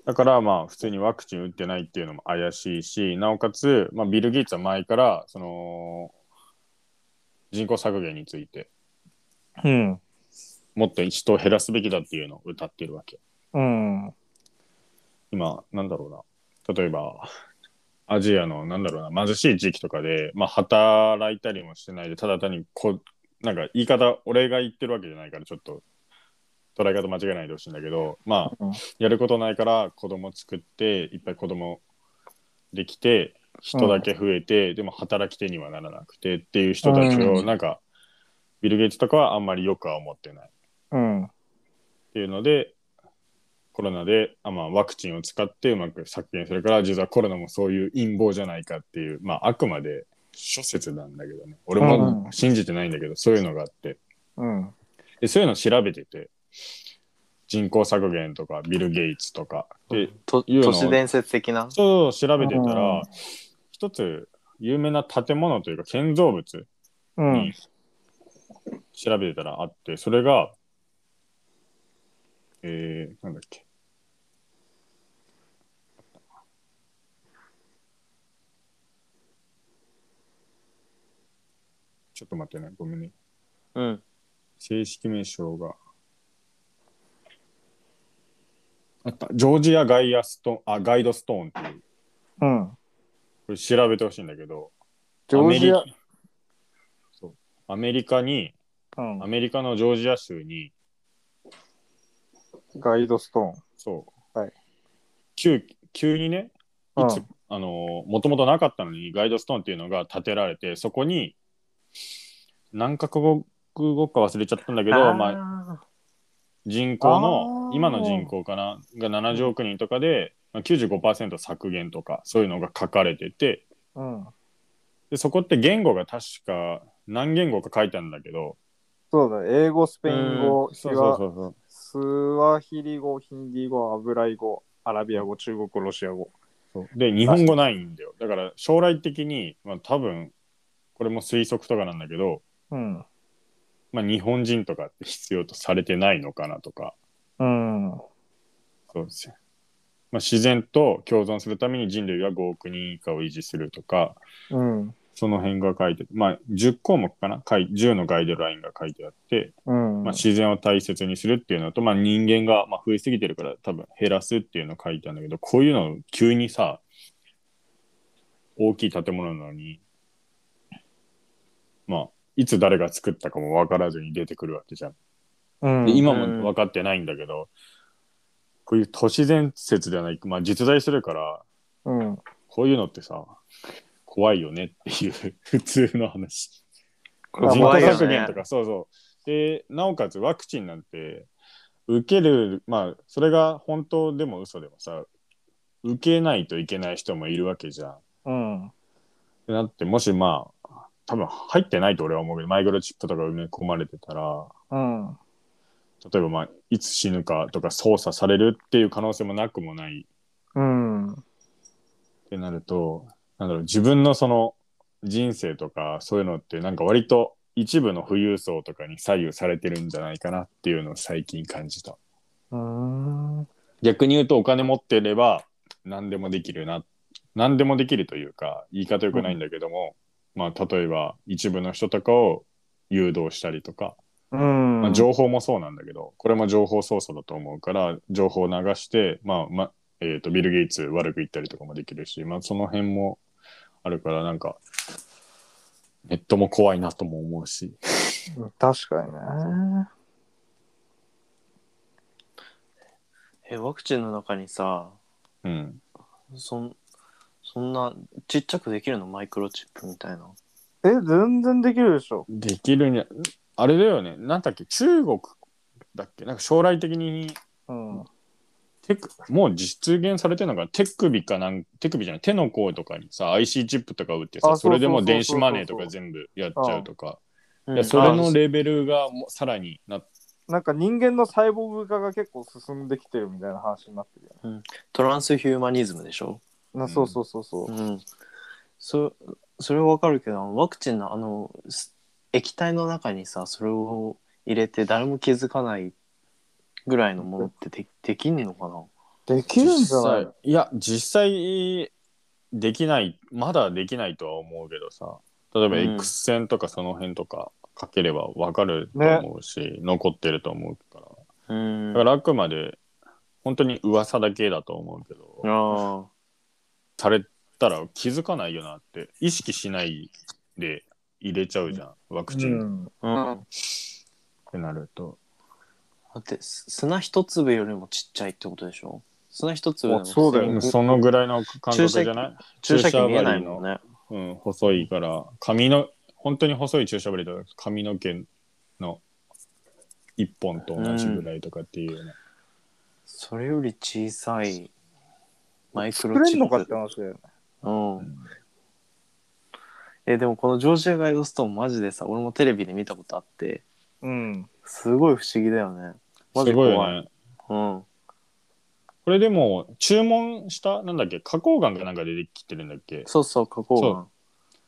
Speaker 3: だからまあ普通にワクチン打ってないっていうのも怪しいし、なおかつ、まあ、ビル・ゲイツは前からその人口削減について
Speaker 1: うん。
Speaker 3: もっと人を減らすべきだっていうのを歌ってるわけ。
Speaker 1: うん。
Speaker 3: 今、なんだろうな。例えば、アジアのなんだろうな、貧しい地域とかで、まあ、働いたりもしてないで、ただ単にこ、なんか言い方、俺が言ってるわけじゃないから、ちょっと捉え方間違えないでほしいんだけど、まあ、
Speaker 1: うん
Speaker 3: やることないから子供作っていっぱい子供できて人だけ増えて、でも働き手にはならなくてっていう人たちを、
Speaker 1: うん
Speaker 3: なんかビル・ゲイツとかはあんまりよくは思ってない
Speaker 1: うん。
Speaker 3: っていうのでコロナであ、まあ、ワクチンを使ってうまく削減するから実はコロナもそういう陰謀じゃないかっていう、まあ、あくまで諸説なんだけどね俺
Speaker 1: うん
Speaker 3: も信じてないんだけど、そういうのがあって
Speaker 1: うん。
Speaker 3: でそういうの調べてて人口削減とかビル・ゲイツとかで
Speaker 2: と
Speaker 3: いうの
Speaker 2: 都
Speaker 3: を
Speaker 2: 市伝説的な。
Speaker 3: そう調べてた
Speaker 1: うん
Speaker 3: ら、一つ有名な建物というか建造物
Speaker 1: うん
Speaker 3: に。調べてたらあって、それが、えー、なんだっけ。ちょっと待ってね、ごめんね。
Speaker 2: うん。
Speaker 3: 正式名称が。あった、ジョージアガイアストーン、あ、ガイドストーンっていう、
Speaker 1: うん。
Speaker 3: これ調べてほしいんだけど、
Speaker 1: ジョージア
Speaker 3: アメリそうアメリカに、
Speaker 1: うん
Speaker 3: ア。メリカのジョージア州に、
Speaker 1: ガイドスト
Speaker 3: そう、
Speaker 1: はい
Speaker 3: 急急にね、
Speaker 1: ーン。
Speaker 3: いつあのもともとなかったのにガイドストーンっていうのが建てられて、そこに何カ国語か忘れちゃったんだけど、まあ、
Speaker 2: あ
Speaker 3: 人口の
Speaker 1: あー
Speaker 3: 今の人口かなが70億人とかで、まあ、95%削減とかそういうのが書かれてて
Speaker 1: うん。
Speaker 3: でそこって言語が確か何言語か書いてあるんだけど
Speaker 1: そうだ、英語、スペイン語、
Speaker 3: そう
Speaker 1: ヒ
Speaker 3: そう
Speaker 1: ワ
Speaker 3: そうそう
Speaker 1: スワヒリ語、ヒンディー語、アブライ語、アラビア語、中国語、ロシア語。
Speaker 3: で日本語ないんだよだから将来的に、まあ、多分これも推測とかなんだけど、
Speaker 1: うん。
Speaker 3: まあ、日本人とかって必要とされてないのかなとか
Speaker 1: うん。
Speaker 3: そうですねまあ、自然と共存するために人類は5億人以下を維持するとか
Speaker 1: うん。
Speaker 3: その辺が書いてまあ10項目かな書い10のガイドラインが書いてあって、
Speaker 1: うん。
Speaker 3: まあ、自然を大切にするっていうのと、まあ、人間がまあ増えすぎてるから多分減らすっていうの書いてあるんだけどこういうのを急にさ大きい建物なのにまあいつ誰が作ったかも分からずに出てくるわけじゃん。
Speaker 1: うん
Speaker 3: で今も分かってないんだけど、こういう都市伝説ではない、まあ、実在するから
Speaker 1: うん。
Speaker 3: こういうのってさ怖いよねっていう 普通の話。
Speaker 2: これ
Speaker 3: 人
Speaker 2: 怖
Speaker 3: 口
Speaker 2: いよね
Speaker 3: 削減とか、そうそう。で、なおかつワクチンなんて、受ける、まあ、それが本当でも嘘でもさ、受けないといけない人もいるわけじゃん。
Speaker 1: うん。
Speaker 3: でなって、もしまあ、多分入ってないと俺は思うけど、マイクロチップとか埋め込まれてたら、
Speaker 1: うん。
Speaker 3: 例えばまあ、いつ死ぬかとか操作されるっていう可能性もなくもない
Speaker 1: うん。
Speaker 3: ってなると、なんだろう、自分のその人生とかそういうのって、なんか割と一部の富裕層とかに左右されてるんじゃないかなっていうのを最近感じた。
Speaker 1: うん。
Speaker 3: 逆に言うとお金持ってれば何でもできるな。何でもできるというか、言い方よくないんだけども、まあ例えば一部の人とかを誘導したりとか、
Speaker 1: うん。
Speaker 3: まあ、情報もそうなんだけど、これも情報操作だと思うから、情報を流して、まあ、まえっとビル・ゲイツ悪く言ったりとかもできるし、まあ、その辺もあるから、なんか、ネットも怖いなとも思うし、
Speaker 1: 確かにね。
Speaker 2: え、ワクチンの中にさ、
Speaker 3: うん。
Speaker 2: そんそんなちっちゃくできるのマイクロチップみたいな。
Speaker 1: え、全然できるでしょ。
Speaker 3: できるにゃ、あれだよね、なんだっけ、中国だっけ、なんか将来的に
Speaker 1: うん。
Speaker 3: 手首もう実現されてるのが手首かなん手首じゃない手の甲とかにさ IC チップとか打ってさ
Speaker 1: あ
Speaker 3: それでもう
Speaker 1: そうそうそうそう
Speaker 3: 電子マネーとか全部やっちゃうとか
Speaker 2: う
Speaker 3: い
Speaker 2: ん
Speaker 3: やそれのレベルがもうさらになっ
Speaker 1: なんか人間の細胞化が結構進んできてるみたいな話になってるよね。
Speaker 2: トランスヒューマニズムでしょ、
Speaker 1: なそうそうそうそう。
Speaker 2: うん、そそれはわかるけどワクチンのあのす液体の中にさそれを入れて誰も気づかないぐらいのものってでできんのかな
Speaker 1: できるんじゃない
Speaker 3: 実際いや実際できないまだできないとは思うけどさ例えば
Speaker 2: うん
Speaker 3: X 線とかその辺とかかければわかると思うし、残ってると思うから
Speaker 2: うん
Speaker 3: だからあくまで本当に噂だけだと思うけど、
Speaker 2: あ
Speaker 3: されたら気づかないよなって意識しないで入れちゃうじゃんワクチンっ
Speaker 1: ん、
Speaker 2: あ、うん、
Speaker 3: てなると、
Speaker 2: だってす砂一粒よりもちっちゃいってことでしょ砂一粒でも
Speaker 1: あそうだようん
Speaker 3: う
Speaker 2: 普通に
Speaker 3: そのぐらいの感覚じゃない
Speaker 2: 注射器見えないもんね
Speaker 3: うん、細いから髪の本当に細い注射針と髪の毛の一本と同じぐらいとかっていうような、
Speaker 2: それより小さいマイク
Speaker 1: 作
Speaker 2: ロ
Speaker 1: れ
Speaker 2: チ
Speaker 1: んのかっ
Speaker 2: ッ
Speaker 1: て
Speaker 2: プ。
Speaker 1: 話だよね。
Speaker 2: うん。え、でもこのジョージアガイドストーンマジでさ、俺もテレビで見たことあって、
Speaker 1: うん。
Speaker 2: すごい不思議だよね。マジ
Speaker 3: すご
Speaker 2: 怖
Speaker 3: い
Speaker 2: い。
Speaker 3: よね
Speaker 2: うん。
Speaker 3: これでも注文したなんだっけ花崗岩かなんか出てきてるんだっけ
Speaker 2: そうそう、花崗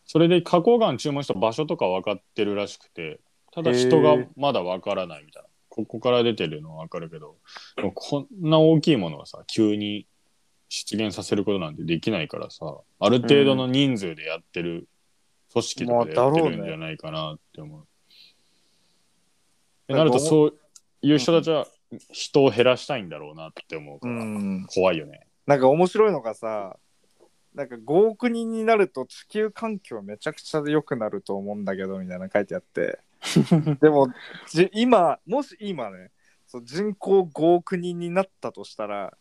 Speaker 3: それで花崗岩注文した場所とか分かってるらしくてただ
Speaker 2: へー
Speaker 3: 人がまだ分からないみたいなここから出てるのは分かるけどでもこんな大きいものはさ急に出現させることなんてできないからさある程度の人数でやってる、組織とかでやってるんじゃないかなって思う。ってなるとそういう人たちは人を減らしたいんだろうなって思う
Speaker 1: う
Speaker 3: から、
Speaker 1: ん。
Speaker 3: 怖いよね。
Speaker 1: なんか面白いのがさ、なんか5億人になると地球環境めちゃくちゃ良くなると思うんだけどみたいなの書いてあって。 でもじ今、もし今ね、そう人口5億人になったとしたら、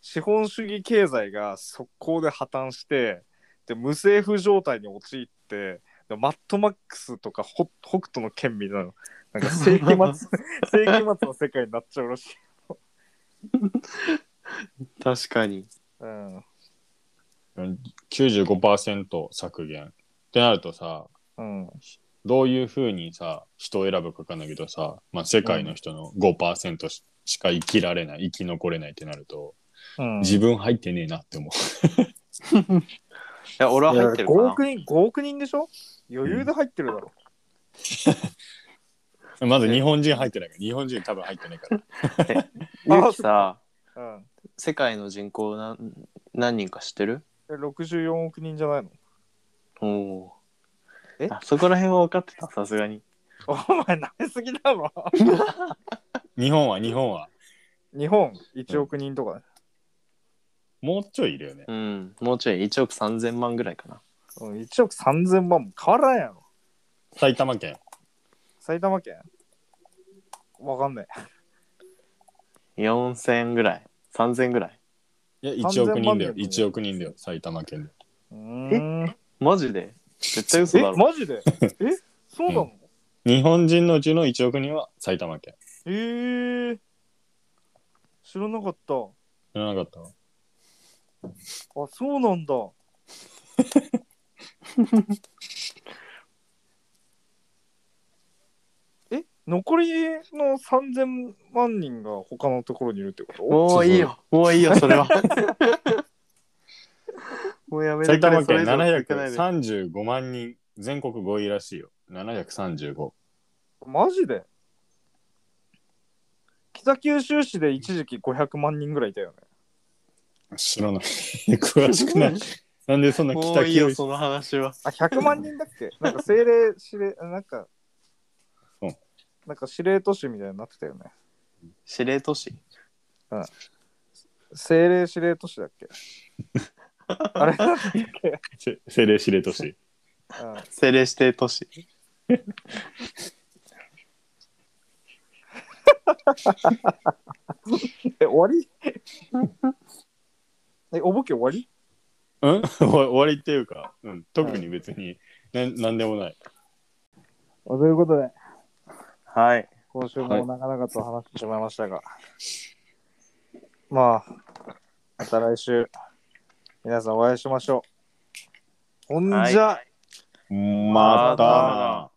Speaker 1: 資本主義経済が速攻で破綻して、で無政府状態に陥って、でマットマックスとかホ北斗の剣みたいな、なんか世紀 末、世紀末の世界になっちゃうらしい。
Speaker 2: 岩。確かに。
Speaker 1: うん。
Speaker 3: 95%削減ってなるとさ
Speaker 1: うん。
Speaker 3: どういうふうにさ、人を選ぶかわかんないけどさ、まあ、世界の人の5%ししか生きられない、生き残れないってなると、
Speaker 1: うん
Speaker 3: 自分入ってねえなって思
Speaker 2: いや、俺は入ってるか
Speaker 1: 5
Speaker 2: な。
Speaker 1: 億人、5億人でしょ余裕で入ってるだろ。
Speaker 3: う。まず日本人入ってないから、日本人多分入ってないから。
Speaker 2: ゆうきさ、
Speaker 1: うん。
Speaker 2: 世界の人口何何人か知ってる
Speaker 1: え64億人じゃないの
Speaker 2: おおー。
Speaker 1: え
Speaker 2: あそこら辺は分かってた、さすがに。
Speaker 1: お前、なめすぎだわ。
Speaker 3: 日本は、日本は、
Speaker 1: 日本、1億人とかね。
Speaker 3: もうちょいいるよね。
Speaker 2: うん。もうちょい、1億3000万ぐらいかな。
Speaker 1: うん、1億3000万も変わらんやろ。
Speaker 3: 埼玉県。
Speaker 1: 埼玉県わかんない。
Speaker 2: 4000ぐらい。3000ぐらい。
Speaker 3: いや、1億人だよ、
Speaker 1: 3000万人
Speaker 3: 1億人だよ、埼玉県で。
Speaker 1: うーん
Speaker 2: マジで絶対嘘
Speaker 1: え
Speaker 2: だ、ろ。
Speaker 1: マジ でえ、そうなの、
Speaker 3: 日本人のうちの1億人は埼玉県。
Speaker 1: えー、知らなかった。あ、
Speaker 3: 知らなかったわ
Speaker 1: そうなん だ。え、残りの3000万人が他のところにいるってこと
Speaker 2: もういいよ、もういいよ、それは。もうやめて
Speaker 3: 埼
Speaker 2: くれ
Speaker 3: 玉
Speaker 2: それ
Speaker 3: 県
Speaker 2: 以上聞かないで
Speaker 3: 735万人、全国5位らしいよ。735。
Speaker 1: マジで北九州市で一時期500万人ぐらいいたよね。
Speaker 3: 知らない。 詳しくない。なんでそんな
Speaker 2: もう
Speaker 3: 北
Speaker 2: いいよ、
Speaker 3: 九
Speaker 2: そ
Speaker 3: 州
Speaker 2: の話は。
Speaker 1: あ、100万人だっ けなんか政令指令、なんか、
Speaker 3: うん
Speaker 1: なんか指令都市みたいになってたよね。
Speaker 2: 司令都市。
Speaker 1: 政令指令都市だっ けあれなんだっけ、
Speaker 3: せ政令指令都市。
Speaker 1: うん
Speaker 2: 政令指定都市。
Speaker 1: え、終わ りえ、おぼけ終わり
Speaker 3: うん 終わ終わりっていうか、うん、特に別に、なん、なんでもない。
Speaker 1: あということで、
Speaker 2: はい。
Speaker 1: 今週
Speaker 3: は
Speaker 1: も
Speaker 3: い
Speaker 1: 長々と話してしまいましたが、まあ、また来週、皆さんお会いしましょう。ほんじゃ、
Speaker 3: またな。